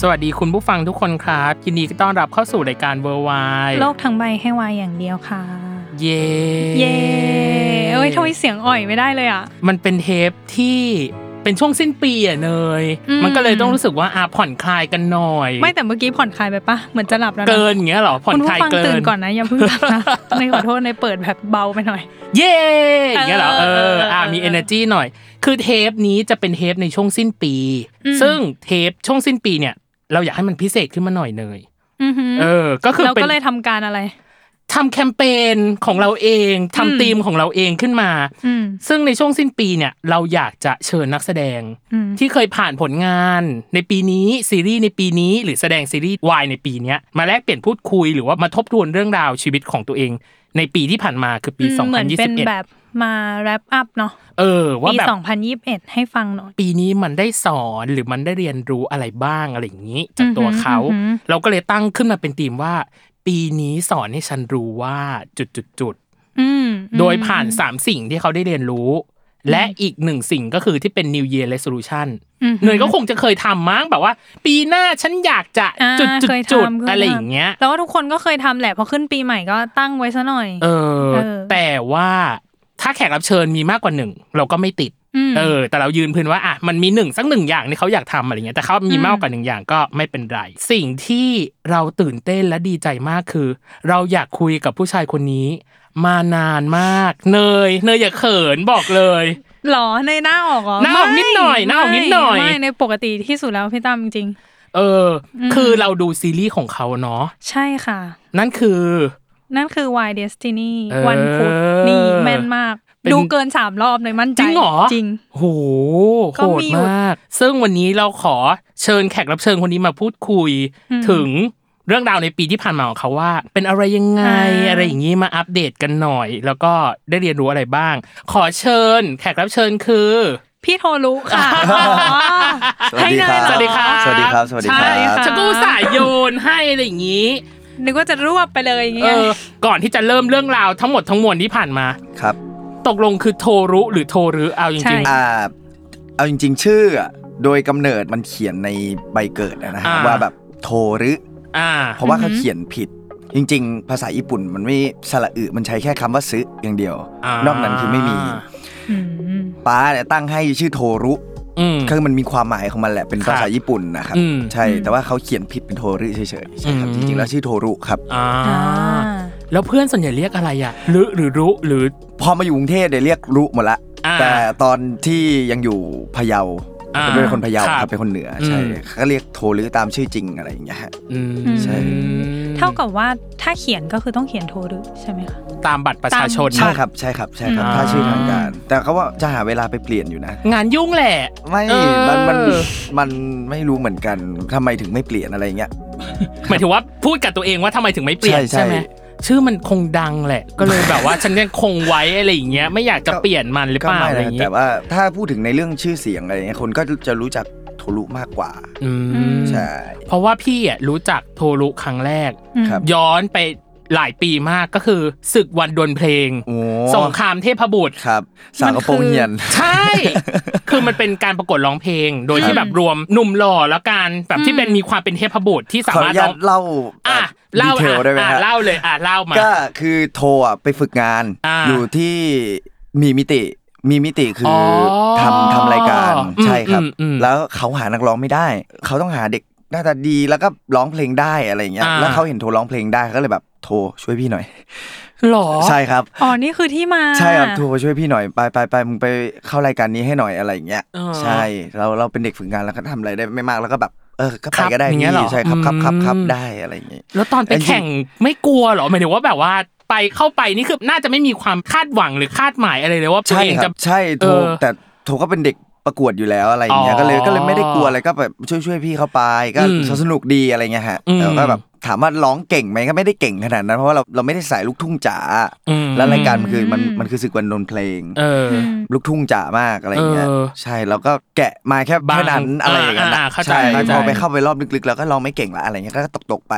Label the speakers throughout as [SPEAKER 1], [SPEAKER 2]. [SPEAKER 1] สวัสดีคุณผู้ฟังทุกคนครับยินดีต้อนรับเข้าสู่รายการเวอร์ไว
[SPEAKER 2] โลกทั้งใบให้วายอย่างเดียวค่ะ
[SPEAKER 1] เย่
[SPEAKER 2] เย้เอ้ยทำไมเสียงอ่อยไม่ได้เลยอ่ะ
[SPEAKER 1] มันเป็นเทปที่เป็นช่วงสิ้นปีอ่ะเนย
[SPEAKER 2] อืม
[SPEAKER 1] มันก็เลยต้องรู้สึกว่าอ่ะผ่อนคลายกันหน่อย
[SPEAKER 2] ไม่แต่เมื่อกี้ผ่อนคลายไปปะเหมือนจะหลับแล้วะ
[SPEAKER 1] เกินอย่างเงี้ยเหรอผ่อน
[SPEAKER 2] คุณ
[SPEAKER 1] ค
[SPEAKER 2] ผู้
[SPEAKER 1] ลาย
[SPEAKER 2] ฟัง
[SPEAKER 1] เกิ
[SPEAKER 2] ตื่
[SPEAKER 1] น
[SPEAKER 2] นก่อนนะอย่าเพิ่งหลับนะ ในขอโทษในเปิดแบบเบาไปหน่อย
[SPEAKER 1] เย่อย่างเงี้ยเหรอเอ
[SPEAKER 2] เออเอ
[SPEAKER 1] อ
[SPEAKER 2] อ
[SPEAKER 1] อ่ะ
[SPEAKER 2] เออ
[SPEAKER 1] มี energy หน่อย คือเทปนี้จะเป็นเทปในช่วงสิ้นปี
[SPEAKER 2] อืม
[SPEAKER 1] ซึ่งเทปช่วงสิ้นปีเนี่ย เราอยากให้มันพิเศษขึ้นมาหน่อยเนย
[SPEAKER 2] อือหือ
[SPEAKER 1] เออ ก็คือ
[SPEAKER 2] เรา
[SPEAKER 1] เป็น
[SPEAKER 2] ก็เลยทำการอะไร
[SPEAKER 1] ทำแคมเปญของเราเองทำธีมของเราเองขึ้นมา
[SPEAKER 2] อืม
[SPEAKER 1] ซึ่งในช่วงสิ้นปีเนี่ยเราอยากจะเชิญนักแสดง
[SPEAKER 2] อืม
[SPEAKER 1] ที่เคยผ่านผลงาน ในปีนี้ซีรีส์ในปีนี้ หรือแสดงซีรีส์วายในปีเนี้ยมาแลกเปลี่ยนพูดคุยหรือว่ามาทบทวนเรื่องราวชีวิตของตัวเอง ในปีที่ผ่านมาคือปี
[SPEAKER 2] เหมือนเป็น
[SPEAKER 1] 2021
[SPEAKER 2] แบบมา wrap up เนาะ
[SPEAKER 1] เออ ว่า
[SPEAKER 2] ปี
[SPEAKER 1] แบบ
[SPEAKER 2] 2021 ให้ฟังหน่อย
[SPEAKER 1] ปีนี้มันได้สอนหรือมันได้เรียนรู้อะไรบ้างอะไรอย่างนี้จากตัวเขา
[SPEAKER 2] อือหือ
[SPEAKER 1] เราก็เลยตั้งขึ้นมาเป็นธีมว่า ปีนี้สอนให้ฉันรู้ว่าจุดจุดจุดๆๆ
[SPEAKER 2] อืม
[SPEAKER 1] โดยผ่าน 3 สิ่งที่เขาได้เรียนรู้ และอีกหนึ่งสิ่งก็คือที่เป็น New Year Resolution
[SPEAKER 2] อืม
[SPEAKER 1] เนยก็คงจะเคยทำมั้งแบบว่า ปีหน้าฉันอยากจะ
[SPEAKER 2] อ่า
[SPEAKER 1] จุดจุด
[SPEAKER 2] เคย
[SPEAKER 1] จุด
[SPEAKER 2] ทำค
[SPEAKER 1] อะไรอย่างเงี้ย
[SPEAKER 2] แล้วว่าทุกคนก็เคยทำแหละพอขึ้นปีใหม่ก็ตั้งไว้ซะหน่อย
[SPEAKER 1] เออ
[SPEAKER 2] เออ
[SPEAKER 1] แต่ว่าถ้าแขกรับเชิญมีมากกว่าหนึ่งเราก็ไม่ติด
[SPEAKER 2] ม
[SPEAKER 1] เออ แต่เรายืนพื้นว่าอ่ะมันมีหนึ่งสักหนึ่งอย่างที่เขาอยากทำอะไรเงี้ยแต่เขามี
[SPEAKER 2] อืม
[SPEAKER 1] มากกว่าหนึ่งอย่างก็ไม่เป็นไร สิ่งที่เราตื่นเต้นและดีใจมากคือ เราอยากคุยกับผู้ชายคนนี้ มานานมาก เนย เนยอย่าเขินบอกเลย
[SPEAKER 2] หรอในหน้าออกเหรอ
[SPEAKER 1] หน้าออก
[SPEAKER 2] ไม่
[SPEAKER 1] นิดหน่อยหน้าออกนิดหน่อย
[SPEAKER 2] ไม่ในปกติที่สุดแล้วพี่ตั้มจริง
[SPEAKER 1] เอออ
[SPEAKER 2] ม
[SPEAKER 1] คือเราดูซีรีส์ของเขาเนาะ
[SPEAKER 2] ๆ ใช่ค่ะ
[SPEAKER 1] นั่นคือ
[SPEAKER 2] นั่นคือ Why Destiny
[SPEAKER 1] เออ
[SPEAKER 2] วันพุธนี่แม่นมาก
[SPEAKER 1] เป็น
[SPEAKER 2] ดูเกินสามรอบเลยมั่นใจ
[SPEAKER 1] จริงเหรอ
[SPEAKER 2] จริง
[SPEAKER 1] โหโห
[SPEAKER 2] ก็
[SPEAKER 1] ด
[SPEAKER 2] มีอยู่
[SPEAKER 1] มาก ซึ่งวันนี้เราขอเชิญแขกรับเชิญคนนี้มาพูดคุย
[SPEAKER 2] อืม
[SPEAKER 1] ถึงเรื่องราวในปีที่ผ่านมาของเขาว่า เป็นอะไรยังไง
[SPEAKER 2] อ่า
[SPEAKER 1] อะไรอย่างนี้มาอัปเดตกันหน่อย แล้วก็ได้เรียนรู้อะไรบ้าง ขอเชิญ แขกรับเชิญคือ
[SPEAKER 2] พี่โทรุค่ะ
[SPEAKER 3] สวัสดีครับ
[SPEAKER 1] สวัสดีครับ
[SPEAKER 3] สวัสดีครับ สวัสดีครับ
[SPEAKER 1] ชกูสายโยนให้อะไรอย่างนี้
[SPEAKER 2] นึกว่าจะรวบไปเลยอย่าง
[SPEAKER 1] เอ
[SPEAKER 2] เงี้ย
[SPEAKER 1] อก่อนที่จะเริ่มเรื่องราวทั้งหมดทั้งมวลที่ผ่านมา
[SPEAKER 3] ครับ
[SPEAKER 1] ตกลงคือโทรุหรือโทรือเอาจริง
[SPEAKER 3] อ่า เอาจริง ๆ ชื่ออะโดยกำเนิดมันเขียนในใบเกิดอะนะฮะ
[SPEAKER 1] อ่า
[SPEAKER 3] ว่าแบบโทรึ
[SPEAKER 1] ๆอ่า
[SPEAKER 3] เพราะว่าเขาเขียนผิด จริง ๆ ภาษาญี่ปุ่นมันไม่สระอึมันใช้แค่คำว่าซึอย่างเดียว
[SPEAKER 1] อ่าน
[SPEAKER 3] อกนั้นคือไม่มี
[SPEAKER 2] ม
[SPEAKER 3] ป้าเนี่ยตั้งให้ชื่อโทรุ
[SPEAKER 1] อืม
[SPEAKER 3] คือมันมีความหมายของมันแหละเป็น
[SPEAKER 1] ครับ
[SPEAKER 3] ภาษาญี่ปุ่นนะครับ
[SPEAKER 1] อืม
[SPEAKER 3] ใช่แต่ว่าเขาเขียนผิดเป็นโทรึเฉยๆใช่ครับ
[SPEAKER 1] อืม
[SPEAKER 3] จริงๆแล้วชื่อโทรุครับ
[SPEAKER 1] อ่า
[SPEAKER 2] อ่า
[SPEAKER 1] แล้วเพื่อนส่วนใหญ่เรียกอะไรอ่ะหรือหรือรู้หรือ
[SPEAKER 3] พอมาอยู่กรุงเทพเนี่ยเรียกรุหมดละ
[SPEAKER 1] อ่า
[SPEAKER 3] แต่ตอนที่ยังอยู่พะเยา
[SPEAKER 1] อ่า
[SPEAKER 3] เป็นคนพะเยา
[SPEAKER 1] ครับ
[SPEAKER 3] ครับเป็นคนเหนืออใช่
[SPEAKER 1] ม
[SPEAKER 3] ก็เรียกโทรหรือตามชื่อจริงอะไรอย่างเงี้ยฮะ
[SPEAKER 1] อืม
[SPEAKER 3] ใช่
[SPEAKER 2] เท่ากับว่าถ้าเขียนก็คือต้องเขียนโทรุใช่ไหมคะ
[SPEAKER 1] ตามบัตรประชาชน
[SPEAKER 3] ใช่ครับใช่ครับใช่ครับ
[SPEAKER 1] อืม
[SPEAKER 3] ถ้าชื่อทางการ แต่เขาว่าจะหาเวลาไปเปลี่ยนอยู่นะ
[SPEAKER 1] งานยุ่งแหละ
[SPEAKER 3] ไม่
[SPEAKER 1] เออ
[SPEAKER 3] มันมันมันไม่รู้เหมือนกันทำไมถึงไม่เปลี่ยนอะไรอย่างเงี้ย
[SPEAKER 1] หมายถึงว่าพูดกับตัวเองว่าทำไมถึงไม่เปลี่ยน
[SPEAKER 3] ใช่ใช่
[SPEAKER 1] ใช่ไหมชื่อมันคงดังแหละ ก็เลยแบบ ว่าฉันยังคงไว้อะไรอย่างเงี้ยไม่อยากจะเปลี่ยนมันหรือ
[SPEAKER 3] ก็
[SPEAKER 1] เปล่า
[SPEAKER 3] ไม่
[SPEAKER 1] อะไรอ
[SPEAKER 3] นะ
[SPEAKER 1] ย่าง
[SPEAKER 3] แต่
[SPEAKER 1] เงี้ย
[SPEAKER 3] ว่าถ้าพูดถึงในเรื่องชื่อเสียงอะไรอย่างเงี้ยคนก็จะรู้จักโทรุมากกว่า
[SPEAKER 1] อืม
[SPEAKER 3] ใช่
[SPEAKER 1] เพราะว่าพี่อ่ะรู้จักโทรุครั้งแรก
[SPEAKER 2] อืม
[SPEAKER 3] ครับ
[SPEAKER 1] ย้อนไป หลายปีมากก็คือศึกวันดวลเพลง
[SPEAKER 3] โอ้
[SPEAKER 1] สงครามเทพบุตร
[SPEAKER 3] ครับสาวกระโปรงเหียน
[SPEAKER 1] ใช่ คือมันเป็นการประกวดร้องเพลง โดยที่แบบรวมหนุ่มหล่อแล้วกันแบบที่เป็นมีความเป็นเทพบุตรที่สา
[SPEAKER 3] ขออ
[SPEAKER 1] มารถ
[SPEAKER 3] นุญา
[SPEAKER 1] ร้อง
[SPEAKER 3] ตเล่า
[SPEAKER 1] อ่ะ
[SPEAKER 3] เล่า
[SPEAKER 1] เล่า
[SPEAKER 3] เทลได้ไหม
[SPEAKER 1] อ่ะ
[SPEAKER 3] ฮะ
[SPEAKER 1] เล่าเลยอ่ะเล่ามา
[SPEAKER 3] ก็คือโทรอ่ะไปฝึกงาน
[SPEAKER 1] อ่า
[SPEAKER 3] อยู่ที่มีมิติมีมิติคืออ
[SPEAKER 1] อ
[SPEAKER 3] ทำทำรายการ
[SPEAKER 1] อืม
[SPEAKER 3] ใช่ครับ
[SPEAKER 1] อืมอืม
[SPEAKER 3] แล้วเขาหานักร้องไม่ได้ เขาต้องหาเด็กหน้าตาดีแล้วก็ร้องเพลงได้อะไรอย่างเงี้ย
[SPEAKER 1] อ่า
[SPEAKER 3] แล้วเขาเห็นโทรร้องเพลงได้เขาก็เลยแบบโทรช่วยพี่หน่อย
[SPEAKER 1] หรอ
[SPEAKER 3] ใช่ครับ
[SPEAKER 2] อ๋อนี่คือที่มา
[SPEAKER 3] ใช่ครับโทรช่วยพี่หน่อยไปไปไปมึงไปเข้ารายการนี้ให้หน่อยอะไรอย่างเงี้ย
[SPEAKER 1] เออ
[SPEAKER 3] ใช่เราเราเป็นเด็กฝึกงานแล้วก็ทำอะไรได้ไม่มากแล้วก็แบบเออก็
[SPEAKER 1] ค
[SPEAKER 3] ไป
[SPEAKER 1] รับ
[SPEAKER 3] ก็ได้
[SPEAKER 1] อย่างเงี้ยเหรอ
[SPEAKER 3] พี่ใช่ครับครับครับครับ
[SPEAKER 1] อืม
[SPEAKER 3] ได้อะไรอย่างเงี้ย
[SPEAKER 1] แล้วตอนไปแข่งไม่กลัวเหรอหมายถึงว่าแบบว่าไปเข้าไปนี่คือน่าจะไม่มีความคาดหวังหรือคาดหมายอะไรเลยว่าตัว
[SPEAKER 3] ใช่
[SPEAKER 1] เอง
[SPEAKER 3] ครั
[SPEAKER 1] จะ
[SPEAKER 3] บใช่โท
[SPEAKER 1] เออ
[SPEAKER 3] แต่โทก็เป็นเด็กประกวดอยู่แล้วอะไรอย่างเงี้ย
[SPEAKER 1] อ๋อ
[SPEAKER 3] ก็เลยก็เลยไม่ได้กลัวอะไรก็แบบช่วยช่วยพี่เขาไปก็
[SPEAKER 1] อืม
[SPEAKER 3] สนุกดีอะไรเงี้ยฮะ
[SPEAKER 1] อืม
[SPEAKER 3] แล้วก็แบบถามว่าร้องเก่งไหมก็ไม่ได้เก่งขนาดนั้นเพราะว่าเราเราไม่ได้สายลูกทุ่งจ๋า
[SPEAKER 1] อืม
[SPEAKER 3] แล้วรายการมันคือมันมันคือศึกวันดนเพลง
[SPEAKER 1] เออ
[SPEAKER 2] อืม
[SPEAKER 3] ลูกทุ่งจ๋ามากอะไรเงี้ย
[SPEAKER 1] เออ
[SPEAKER 3] ใช่แล้วก็แกะมาแค่
[SPEAKER 1] บาง
[SPEAKER 3] แค่นั้นอะไรอย่างเงี้ย
[SPEAKER 1] อ่าอ่าเข้าใจ
[SPEAKER 3] ใช่
[SPEAKER 1] เข้าใจ
[SPEAKER 3] พอไปเข้าไปรอบลึกๆ แล้วก็ร้องไม่เก่งละอะไรเงี้ยก็ตกตกๆไป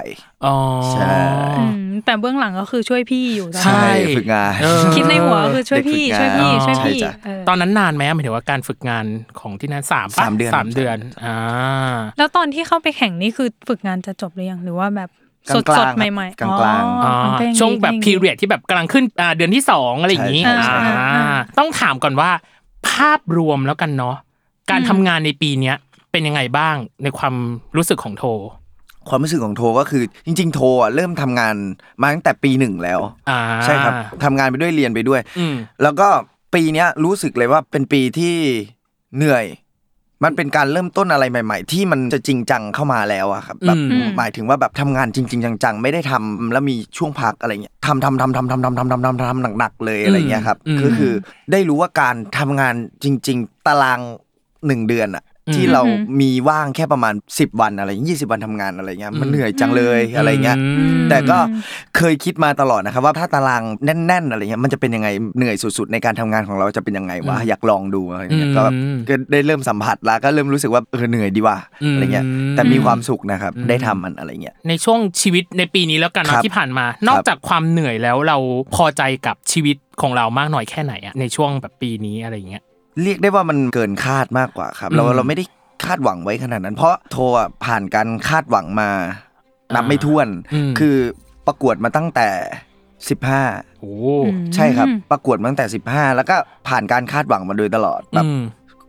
[SPEAKER 1] อ๋อ
[SPEAKER 3] ใช่
[SPEAKER 2] อืมแต่เบื้องหลังก็คือช่วยพี่อยู่ตอน
[SPEAKER 1] ใช่
[SPEAKER 2] นั้น
[SPEAKER 3] ฝึกงาน
[SPEAKER 1] เออ
[SPEAKER 2] คิดในหัวคือช่วยพี่ช่
[SPEAKER 3] เด็กฝึ
[SPEAKER 2] วย
[SPEAKER 3] กงาน
[SPEAKER 2] พี่ช่วย
[SPEAKER 3] ใช่
[SPEAKER 2] พี่
[SPEAKER 3] จ้ะ
[SPEAKER 2] เออ
[SPEAKER 1] ตอนนั้นนานไหมหมายถึงว่าการฝึกงานของที่นั่นสามปะ
[SPEAKER 3] สามเดือน
[SPEAKER 1] สามเดือนอ่า
[SPEAKER 2] แล้วตอนที่เข้าไปแข่งนี่คือฝึกงานจะจบหรือยังหรือว่าแบบสด
[SPEAKER 3] ก
[SPEAKER 2] ส
[SPEAKER 3] ลา
[SPEAKER 2] ด
[SPEAKER 3] งๆครับ
[SPEAKER 2] ใหม่ๆ
[SPEAKER 3] กลางๆ
[SPEAKER 2] อ๋อ
[SPEAKER 1] อ่า
[SPEAKER 2] อ๋อก็ยังดี
[SPEAKER 1] ช่วงแบบ
[SPEAKER 2] ก็ยัดี
[SPEAKER 1] พีเรียดที่แบบกำลังขึ้นอ่าเดือนที่สองอะไรอย่างนี้
[SPEAKER 3] ใช่ใช่
[SPEAKER 1] อ่า
[SPEAKER 2] อ่า
[SPEAKER 1] ต้องถามก่อนว่า ภาพรวมแล้วกันเนาะการ
[SPEAKER 2] อืม
[SPEAKER 1] ทำงานในปีเนี้ยเป็นยังไงบ้างในความรู้สึกของโท
[SPEAKER 3] ความรู้สึกของโทก็คือจริง ๆ โทอ่ะเริ่มทำงานมาตั้งแต่ปีหนึ่งแล้ว
[SPEAKER 1] อ่า
[SPEAKER 3] ใช่ครับทำงานไปด้วยเรียนไปด้วย
[SPEAKER 1] อืม
[SPEAKER 3] แล้วก็ปีเนี้ยรู้สึกเลยว่าเป็นปีที่เหนื่อย มันเป็นการเริ่มต้นอะไรใหม่ ๆ ที่มันจะจริงจังเข้ามาแล้วอะครับแบบ
[SPEAKER 1] อืม
[SPEAKER 3] หมายถึงว่าแบบทำงานจริง ๆ จัง ๆ ไม่ได้ทำแล้วมีช่วงพักอะไรเงี้ยทำทำทำทำทำทำทำทำทำทำหนักๆเลยอะไรเงี้ยครับ
[SPEAKER 1] อืม
[SPEAKER 3] ก็คือได้รู้ว่าการทำงานจริง ๆ ตารางหนึ่งเดือนอะ
[SPEAKER 1] อืม
[SPEAKER 3] ที่เรา
[SPEAKER 2] อือหือ
[SPEAKER 3] มีว่างแค่ประมาณ 10 วันอะไรยี่สิบวันทำงานอะไรเงี้ยมันเหนื่อยจังเลยอะไรเงี้ย
[SPEAKER 1] อืม
[SPEAKER 3] แต่ก็เคยคิดมาตลอดนะครับว่าถ้าตารางแน่นๆอะไรเงี้ยมันจะเป็นยังไงเหนื่อยสุดๆในการทำงานของเราจะเป็นยังไงวะอยากลองดูอะไรเงี้ย
[SPEAKER 1] อืม
[SPEAKER 3] ก็แบบก็ได้เริ่มสัมผัสแล้วก็เริ่มรู้สึกว่าเออเหนื่อยดีว่ะ
[SPEAKER 1] อืม
[SPEAKER 3] อะไรเงี้ยแต่มีความสุขนะครับ
[SPEAKER 1] อืม
[SPEAKER 3] ได้ทำมันอะไรเงี้ย
[SPEAKER 1] ในช่วงชีวิตในปีนี้แล้วกันเน
[SPEAKER 3] ครั
[SPEAKER 1] อะ
[SPEAKER 3] บ
[SPEAKER 1] ที่ผ่านมา นอกจากความเหนื่อยแล้วเราพอใจกับชีวิตของเรามากน้อยแค่ไหนอะในช่วงแบบปีนี้อะไรอย่างเงี้ย
[SPEAKER 3] เรียกได้ว่ามันเกินคาดมากกว่าครับ เรา
[SPEAKER 1] อืม
[SPEAKER 3] เราไม่ได้คาดหวังไว้ขนาดนั้น เพราะโทรอ่ะผ่านการคาดหวังมา นับไม่ถ้วน
[SPEAKER 1] อืม
[SPEAKER 3] คือประกวดมาตั้งแต่ 15
[SPEAKER 1] โอ้
[SPEAKER 3] ใช่ครับ
[SPEAKER 2] อืม
[SPEAKER 3] ประกวดมาตั้งแต่ 15 แล้วก็ผ่านการคาดหวังมาโดยตลอดแบบ
[SPEAKER 1] อืม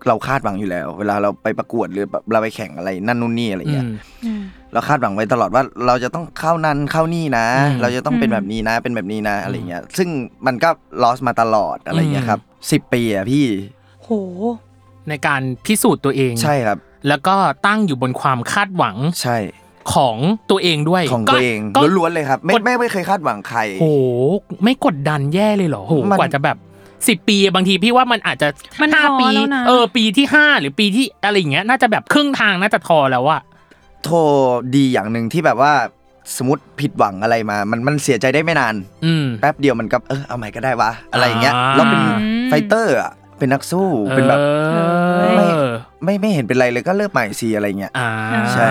[SPEAKER 3] เราคาดหวังอยู่แล้ว เวลาเราไปประกวดหรือแบบเราไปแข่งอะไรนั่นนู่นนี่อะไร
[SPEAKER 1] อื
[SPEAKER 3] เงี้ย
[SPEAKER 1] ม
[SPEAKER 2] อืม
[SPEAKER 3] เราคาดหวังไว้ตลอดว่าเราจะต้องเข้านั้นเข้านี่นะ
[SPEAKER 1] อืม
[SPEAKER 3] เราจะต้องเป็น
[SPEAKER 2] อืม
[SPEAKER 3] แบบนี้นะ เป็นแบบนี้นะอะไรเงี้ยซึ่งมันก็ลอสมาตลอดอะไรเงี้ยครับสิบปีอะพี่
[SPEAKER 2] โห
[SPEAKER 1] ในการพิสูจน์ตัวเอง
[SPEAKER 3] ใช่ครับ
[SPEAKER 1] แล้วก็ตั้งอยู่บนความคาดหวัง
[SPEAKER 3] ใช่
[SPEAKER 1] ของตัวเองด้วย
[SPEAKER 3] ของตัวเอง
[SPEAKER 1] ก็ก็
[SPEAKER 3] ล้วนๆเลยครับ ไม่
[SPEAKER 1] กด
[SPEAKER 3] ไม่ไม่เคยคาดหวังใคร
[SPEAKER 1] โหไม่กดดันแย่เลยเหรอโห
[SPEAKER 3] มัน
[SPEAKER 1] กว่าจะแบบสิบปีบางทีพี่ว่ามันอาจจะ
[SPEAKER 2] มัน
[SPEAKER 1] ห้า
[SPEAKER 2] ท้อ
[SPEAKER 1] ปี
[SPEAKER 2] แล้วนะ
[SPEAKER 1] เออปีที่ห้าหรือปีที่อะไรอย่างเงี้ยน่าจะแบบครึ่งทางน่าจะทอแล้วอะ
[SPEAKER 3] โทรดีอย่างหนึ่งที่แบบว่าสมมติผิดหวังอะไรมา มันมันเสียใจได้ไม่นาน
[SPEAKER 1] อืม
[SPEAKER 3] แป๊บเดียวมันก็เออเอาใหม่ก็ได้วะอะไรอย่างเงี้ย
[SPEAKER 1] อ่า
[SPEAKER 3] เราเป็นไฟเตอร์อะเป็นนักสู้เป็นแบบ
[SPEAKER 1] เออ
[SPEAKER 3] ไม่ไม่เห็นเป็นไรเลยก็เลิกใหม่สิอะไรเงี้ย
[SPEAKER 1] อ่า
[SPEAKER 3] ใช่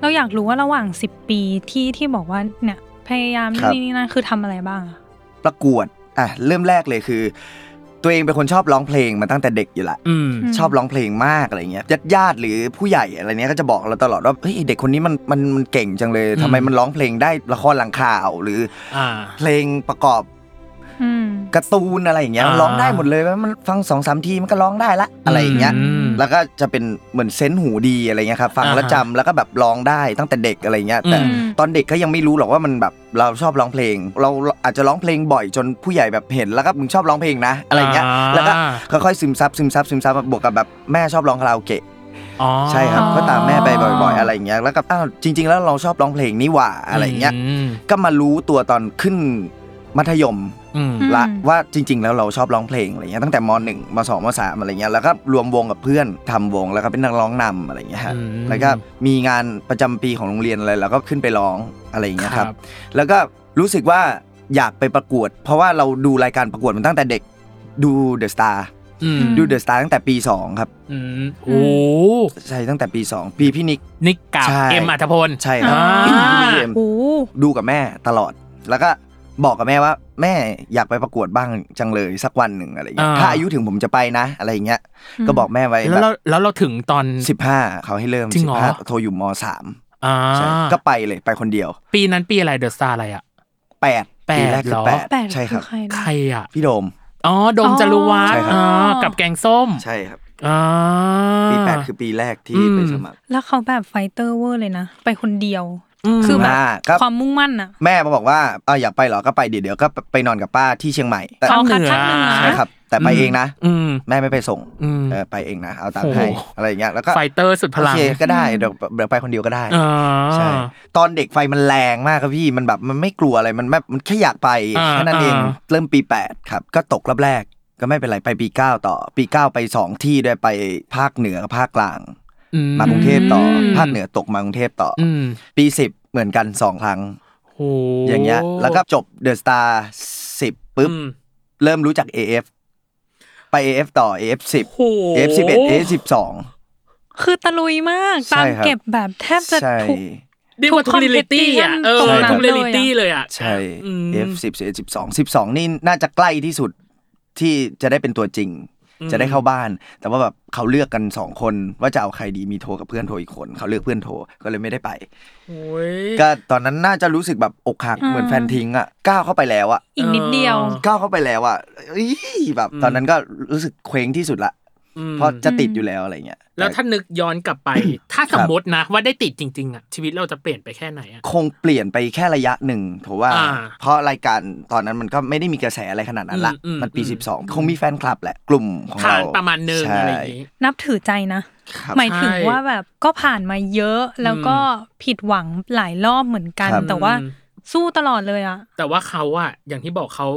[SPEAKER 2] เราอยากรู้ว่าระหว่าง 10 ปีที่ที่บอกว่าเนี่ยพยายาม
[SPEAKER 3] ครับ
[SPEAKER 2] นี่นี่นั่นคือทำอะไรบ้างอะ
[SPEAKER 3] ประกวดอ่ะเริ่มแรกเลยคือ ตัวเองเป็นคนชอบร้องเพลงมาตั้งแต่เด็กอยู่ละ
[SPEAKER 1] อืม
[SPEAKER 3] ชอบร้องเพลงมากอะไรเงี้ยญาติญาติหรือผู้ใหญ่อะไรเนี้ยก็จะบอกเราตลอดว่าเฮ้ยเด็กคนนี้มันมันมันเก่งจังเลย
[SPEAKER 1] อืม
[SPEAKER 3] ทำไมมันร้องเพลงได้ละครหลังข่าว หรือ
[SPEAKER 1] อ่า
[SPEAKER 3] เพลงประกอบ
[SPEAKER 2] อืม
[SPEAKER 3] การ์ตูนอะไรอย่างเงี้ย
[SPEAKER 1] อ่า
[SPEAKER 3] ร้องได้หมดเลยว่ามันฟังสองสามทีมันก็ร้องได้ละอะไรอย่างเงี้ย
[SPEAKER 1] อืม
[SPEAKER 3] แล้วก็จะเป็นเหมือนเซนส์หูดีอะไรเงี้ยครับฟัง
[SPEAKER 1] อ่าฮะ
[SPEAKER 3] แล้วจำแล้วก็แบบร้องได้ตั้งแต่เด็กอะไรเงี้ยแต่
[SPEAKER 1] อืม
[SPEAKER 3] ตอนเด็กก็ยังไม่รู้หรอกว่ามันแบบเราชอบร้องเพลง เราอาจจะร้องเพลงบ่อยจนผู้ใหญ่แบบเห็นแล้วก็มึงชอบร้องเพลงนะอะไรเงี้ยแล้วก็ค่อยๆซึมซับซึมซับซึมซับบวกกับแบบแม่ชอบร้องคาราโอเกะ
[SPEAKER 1] อ๋อ
[SPEAKER 3] ใช่ครับ
[SPEAKER 2] อ๋อ
[SPEAKER 3] ก็ตามแม่ไปบ่อยๆอะไรเงี้ยแล้วก็อ้าวจริง ๆ แล้วเราชอบร้องเพลงนี่หว่าอะไรเงี้ย
[SPEAKER 1] ม
[SPEAKER 3] ก็มารู้ตัวตอนขึ้นมัธยม
[SPEAKER 1] อืม
[SPEAKER 3] ละ
[SPEAKER 2] อืม
[SPEAKER 3] ว่าจริง ๆ แล้วเราชอบร้องเพลงอะไรเงี้ยตั้งแต่มหนึ่งมสองมสามอะไรเงี้ยแล้วก็รวมวงกับเพื่อนทำวงแล้วก็เป็นนักร้องนำอะไรเงี้ยฮะ
[SPEAKER 1] อืม
[SPEAKER 3] แล้วก็มีงานประจำปีของโรงเรียนอะไรแล้วก็ขึ้นไปร้องอะไรเงี้ยครับ แล้วก็รู้สึกว่าอยากไปประกวด เพราะว่าเราดูรายการประกวดมันตั้งแต่เด็กดูเดอะสตาร์
[SPEAKER 1] อืม
[SPEAKER 3] ดูเดอะสตาร์ตั้งแต่ปีสองครับ
[SPEAKER 1] อืมโอ้
[SPEAKER 3] ใช่ตั้งแต่ปีสองปีพี่นิก
[SPEAKER 1] นิกกับ
[SPEAKER 3] ใช่
[SPEAKER 1] เอ็มอัธพล
[SPEAKER 3] ใช่ครับ
[SPEAKER 1] อ่า
[SPEAKER 3] พี่เอ็ม
[SPEAKER 2] โอ้
[SPEAKER 3] ดูกับแม่ตลอด แล้วก็บอกกับแม่ว่า แม่อยากไปประกวดบ้างจังเลยสักวันหนึ่งอะไรอย่างเงี้ย
[SPEAKER 1] อ่า
[SPEAKER 3] ถ้าอายุถึงผมจะไปนะ อะไรอย่างเงี้ยก็บอกแม่ไว้
[SPEAKER 1] แล้วเราแล้วเราถึงตอน
[SPEAKER 3] สิบห้าเขาให้เริ่ม
[SPEAKER 1] จริง
[SPEAKER 3] สิ
[SPEAKER 1] เหร
[SPEAKER 3] บ
[SPEAKER 1] อ
[SPEAKER 3] ห้าโทรอยู่มสาม
[SPEAKER 1] อ่า
[SPEAKER 3] ใช่ก็ไปเลยไปคนเดียว
[SPEAKER 1] ปีนั้นปีอะไรเดอะสตาร์อะไรอ่ะ
[SPEAKER 3] แปด
[SPEAKER 1] แปด
[SPEAKER 3] ปีแรก
[SPEAKER 1] เห
[SPEAKER 3] คื
[SPEAKER 1] ร
[SPEAKER 3] อ
[SPEAKER 1] อ
[SPEAKER 3] แปด
[SPEAKER 2] แปด
[SPEAKER 3] ใช่ครับ
[SPEAKER 2] อใครนะ
[SPEAKER 1] ใครอ่ะ
[SPEAKER 3] พี่โดม
[SPEAKER 1] อ๋อดมจารุวัฒ
[SPEAKER 3] ใช่
[SPEAKER 1] น์
[SPEAKER 3] ครับ
[SPEAKER 1] อ๋อกับแกงส้ม
[SPEAKER 3] ใช่ครับ
[SPEAKER 1] อ่า
[SPEAKER 3] ปีแปดคือปีแรกที่ไป
[SPEAKER 1] อืม
[SPEAKER 3] สมัคร
[SPEAKER 2] แล้วเขาแบบไฟเตอร์เวอร์เลยนะ ไปคนเดียว
[SPEAKER 1] ม
[SPEAKER 2] คือแบบ
[SPEAKER 3] อ่าครับ
[SPEAKER 2] ความมุ่งมั่นอะ
[SPEAKER 3] แม่มาบอกว่าเอออยากไปเหรอก็ไปเดี๋ยวเดี๋ยวก็ไปนอนกับป้าที่เชียงใหม่แต่
[SPEAKER 1] ภาคเหนือ
[SPEAKER 2] คัดภาคเหนือ
[SPEAKER 3] ใช่ครับ แต่ไปเองนะ
[SPEAKER 1] อืม
[SPEAKER 3] แม่ไม่ไปส่ง
[SPEAKER 1] อืม
[SPEAKER 3] เออไปเองนะเอาตัง
[SPEAKER 1] โอ้
[SPEAKER 3] ค์
[SPEAKER 1] โห
[SPEAKER 3] ให้อะไรอย่างเงี้ยแล้วก็
[SPEAKER 1] ไฟเตอร์สุดพลัง
[SPEAKER 3] โอเคก็ได้เดี๋ยวเดี๋ยวไปคนเดียวก็ได้
[SPEAKER 1] อ่า
[SPEAKER 3] ใช่ตอนเด็กไฟมันแรงมากครับพี่มันแบบมันไม่กลัวอะไรมันแบบมันแค่อยากไป
[SPEAKER 1] อ่า
[SPEAKER 3] แค่นั้นเอง
[SPEAKER 1] อ่า
[SPEAKER 3] เริ่มปี 8 ครับ ก็ตกรอบแรกก็ไม่เป็นไรไปปี 9 ต่อ ปี 9 ไป 2 ที่ด้วยไปภาคเหนือกับภาคกลาง
[SPEAKER 1] อื
[SPEAKER 3] มากรุงเทพต่ออ
[SPEAKER 1] ม
[SPEAKER 3] ภาคเหนือตกมากรุงเทพต่ออ
[SPEAKER 1] อืม
[SPEAKER 3] ปี 10 เหมือนกัน 2 ครั้ง
[SPEAKER 1] โห
[SPEAKER 3] อย่างเงี้ยแล้วก็จบเดอะสตาร์สิบปุ๊บ
[SPEAKER 1] อืม
[SPEAKER 3] เริ่มรู้จัก AF ไป AF ต่อ AF 10
[SPEAKER 1] โห
[SPEAKER 3] AF 11 AF 12
[SPEAKER 2] คือตะลุยมาก
[SPEAKER 3] ใช่
[SPEAKER 2] ตาม
[SPEAKER 3] ครับ
[SPEAKER 2] เก็บแบบแทบจะ
[SPEAKER 3] ใช่
[SPEAKER 2] ทุก
[SPEAKER 1] ดีกว่าทุกเรียลิตี้อ่ะเออ
[SPEAKER 2] ทุก
[SPEAKER 3] competition
[SPEAKER 1] ทุกเรีย
[SPEAKER 2] ตรงนั้
[SPEAKER 1] ลิ
[SPEAKER 2] น
[SPEAKER 1] ตี้เลยอ่ะ
[SPEAKER 3] ใช่
[SPEAKER 1] อืม
[SPEAKER 3] AF 10 AF 12 12 นี่น่าจะใกล้ที่สุดที่จะได้เป็นตัวจริง จะได้เข้าบ้าน แต่ว่าแบบเขาเลือกกัน 2 คนว่าจะเอาใครดีมีโทรกับเพื่อนโทรอีกคน เขาเลือกเพื่อนโทรก็เลยไม่ได้ไป
[SPEAKER 1] โอ้ย
[SPEAKER 3] ก็ตอนนั้นน่าจะรู้สึกแบบอกหัก
[SPEAKER 2] อืม
[SPEAKER 3] เหมือนแฟนทิ้งอ่ะก้าวเข้าไปแล้วอ่ะ
[SPEAKER 2] อีกนิดเดียว
[SPEAKER 3] ก้าวเข้าไปแล้วอ่ะเอ้ยแบบตอนนั้นก็รู้สึกเคว้งที่สุดละ
[SPEAKER 1] อืม
[SPEAKER 3] เพราะจะติดอยู่แล้วอะไรเงี้ย
[SPEAKER 1] แล้วถ้านึกย้อนกลับไป ถ้าสมมตินะ ว่าได้ติดจริง ๆ อ่ะ ชีวิตเราจะเปลี่ยนไปแค่ไหนอ่ะ
[SPEAKER 3] คงเปลี่ยนไปแค่ระยะหนึ่งเพราะว่า
[SPEAKER 1] อ่า
[SPEAKER 3] เพราะรายการตอนนั้นมันก็ไม่ได้มีกระแสอะไรขนาดนั้นละ
[SPEAKER 1] อืมอืม
[SPEAKER 3] มันปี
[SPEAKER 1] อืม
[SPEAKER 3] 12 คงมีแฟนคลับแหละ กลุ่มของ
[SPEAKER 1] า
[SPEAKER 3] เรา
[SPEAKER 1] นประมาณหนึ่ง
[SPEAKER 3] ใช่
[SPEAKER 1] อะไรอย่างงี้
[SPEAKER 2] นับถือใจนะ
[SPEAKER 3] ครับ
[SPEAKER 2] หมายถึง
[SPEAKER 1] ใช่
[SPEAKER 2] ว่าแบบก็ผ่านมาเยอะแล้วก็ผิดหวังหลายรอบเหมือนกัน
[SPEAKER 3] ครับ
[SPEAKER 2] แต่ว่า
[SPEAKER 1] อืม
[SPEAKER 2] สู้ตลอดเลยอะ
[SPEAKER 1] แต่ว่าเขาอ่ะอย่างที่บอกเขา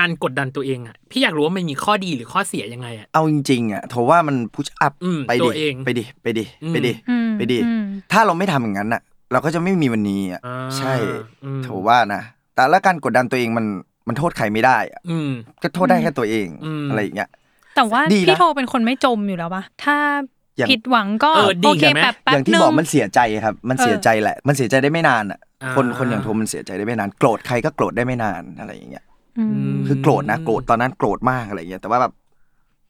[SPEAKER 1] การกดดันตัวเองอ่ะ พี่อยากรู้ว่ามันมีข้อดีหรือข้อเสียยังไงอ่ะ
[SPEAKER 3] เอาจริงๆอ่ะโทว่ามันพุชอัพ
[SPEAKER 1] อืม
[SPEAKER 3] ไป
[SPEAKER 1] ตั
[SPEAKER 3] ดิ
[SPEAKER 1] วเอง
[SPEAKER 3] ไปดิไปดิ
[SPEAKER 1] อืม
[SPEAKER 3] ไปดิ
[SPEAKER 2] อืม
[SPEAKER 3] ไปดิ
[SPEAKER 2] อืม
[SPEAKER 3] ถ้าเราไม่ทำอย่างนั้นอ่ะ เราก็จะไม่มีวันนี้อ่ะ
[SPEAKER 1] อ่า
[SPEAKER 3] ใช่
[SPEAKER 1] อืม
[SPEAKER 3] โทว่านะ แต่ละการกดดันตัวเองมันมันโทษใครไม่ได้อะ
[SPEAKER 1] อืม
[SPEAKER 3] ก็โทษได้แค่ตัวเอง
[SPEAKER 1] อืม
[SPEAKER 3] อะไรอย่างเงี้ย
[SPEAKER 2] แต่ว่า
[SPEAKER 3] ดีนะ
[SPEAKER 2] พี่โทเป็นคนไม่จมอยู่แล้วปะถ้า
[SPEAKER 3] อย่าง
[SPEAKER 2] ผิดหวังก็
[SPEAKER 1] เออดิ่
[SPEAKER 2] โอง เค
[SPEAKER 1] อะแม่
[SPEAKER 2] แบบแป๊
[SPEAKER 3] อบ ย่างที่
[SPEAKER 2] นึ
[SPEAKER 3] บอก
[SPEAKER 2] ง
[SPEAKER 3] มันเสียใจครับ มัน
[SPEAKER 2] เออ
[SPEAKER 3] เสียใจแหละ มันเสียใจได้ไม่นานอ่ะ
[SPEAKER 1] อ่า
[SPEAKER 3] คนคนอย่างโทมันเสียใจได้ไม่นาน โกรธใครก็โกรธได้ไม่นานอะไรอย่างเงี้ย
[SPEAKER 2] อืม
[SPEAKER 1] ม
[SPEAKER 3] คือโกรธนะโกรธตอนนั้นโกรธมากอะไรอย่างเงี้ยแต่ว่าแบบ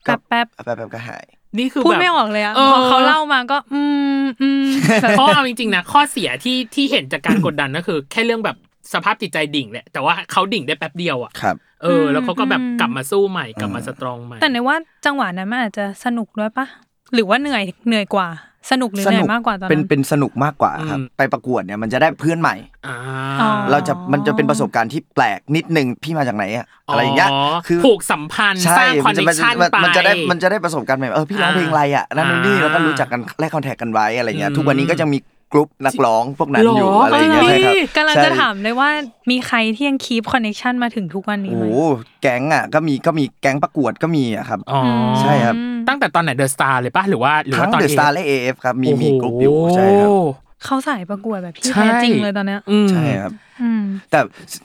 [SPEAKER 3] ก็
[SPEAKER 2] แป๊บแป๊บ
[SPEAKER 3] แป๊บแป๊บก็หาย
[SPEAKER 1] นี่คือ
[SPEAKER 2] พูด
[SPEAKER 1] แบบ
[SPEAKER 2] ไม่ออก เลยอะ
[SPEAKER 1] เออ
[SPEAKER 2] พอเขาเล่ามาก็ อืมอืมแบบ
[SPEAKER 1] เพราะเอาจริงๆนะข้อเสียที่ที่เห็นจากการกดดันก็คือ แค่เรื่องแบบสภาพจิตใจดิ่งแหละแต่ว่าเขาดิ่งได้แป๊บเดียวอ่ะ
[SPEAKER 3] ครับ
[SPEAKER 1] เออแล้วเขาก็แบบกลับมาสู้ใหม่กลับมาสตรองใหม่
[SPEAKER 2] แต่ในว่าจังหวะนั้นมันอาจจะสนุกด้วยปะหรือว่าเหนื่อยเหนื่อยกว่า สนุกหรือ
[SPEAKER 3] ส
[SPEAKER 2] เหนื่อ
[SPEAKER 3] นุ
[SPEAKER 2] ยมากกว่าตอน
[SPEAKER 3] เป็น
[SPEAKER 2] นั้น
[SPEAKER 3] เป็นสนุกมากกว่าครับ
[SPEAKER 1] อืม
[SPEAKER 3] ไปประกวดเนี่ยมันจะได้เพื่อนใหม่
[SPEAKER 1] อ่า
[SPEAKER 2] อ๋อ
[SPEAKER 3] เราจะมันจะเป็นประสบการณ์ที่แปลกนิดนึงพี่มาจากไหนอะอะไรอย่างเงี้ยคือ
[SPEAKER 1] ผูกสัมพันธ์
[SPEAKER 3] ใช่
[SPEAKER 1] สร้างคอนเนคชั่น
[SPEAKER 3] มั
[SPEAKER 1] ไป
[SPEAKER 3] มัจะได้มันจะได้ประสบการณ์ใหม่เออพี่ร้องเพลงอะไรอ่ะนั่นนู่นนี่
[SPEAKER 1] อ่า
[SPEAKER 3] แล้วก็รู้จักกันแลกคอนแทคกันไว้อะไรเงี้ย
[SPEAKER 1] อืม
[SPEAKER 3] ทุกวันนี้ก็ยังมีกลุ่มนักร้องพวกนั้นอยู่
[SPEAKER 1] หรออ
[SPEAKER 3] อะไรอย่างเงี้ย
[SPEAKER 1] ป็
[SPEAKER 3] ใช่
[SPEAKER 1] น
[SPEAKER 3] ครับ
[SPEAKER 2] กำลัง
[SPEAKER 3] ใช่
[SPEAKER 2] จะถามเลยว่ามีใครที่ยังคีปคอนเน c t ชันมาถึงทุกวันนี้
[SPEAKER 3] โอ้
[SPEAKER 2] ไหม
[SPEAKER 3] โหแก๊งอ่ะก็มีก็มีแก๊งประกวดก็มีอะครับ
[SPEAKER 1] อ๋อ
[SPEAKER 3] ใช่ครับ
[SPEAKER 1] ตั้งแต่ตอนไหนเดอะสตาร์เลยปะหรือว่าหรือ
[SPEAKER 3] ทั้
[SPEAKER 1] ว่าง ตอน
[SPEAKER 3] เดอะสตาร์และเอฟครับมีมีกลุ่มอยู่ใช่ครับ
[SPEAKER 2] เขาสายประกวดแบบที่
[SPEAKER 1] ใช่
[SPEAKER 2] แท้จริงเลยตอนเนี้ย
[SPEAKER 1] ม
[SPEAKER 3] ใช่ครับ
[SPEAKER 2] อืม
[SPEAKER 3] แต่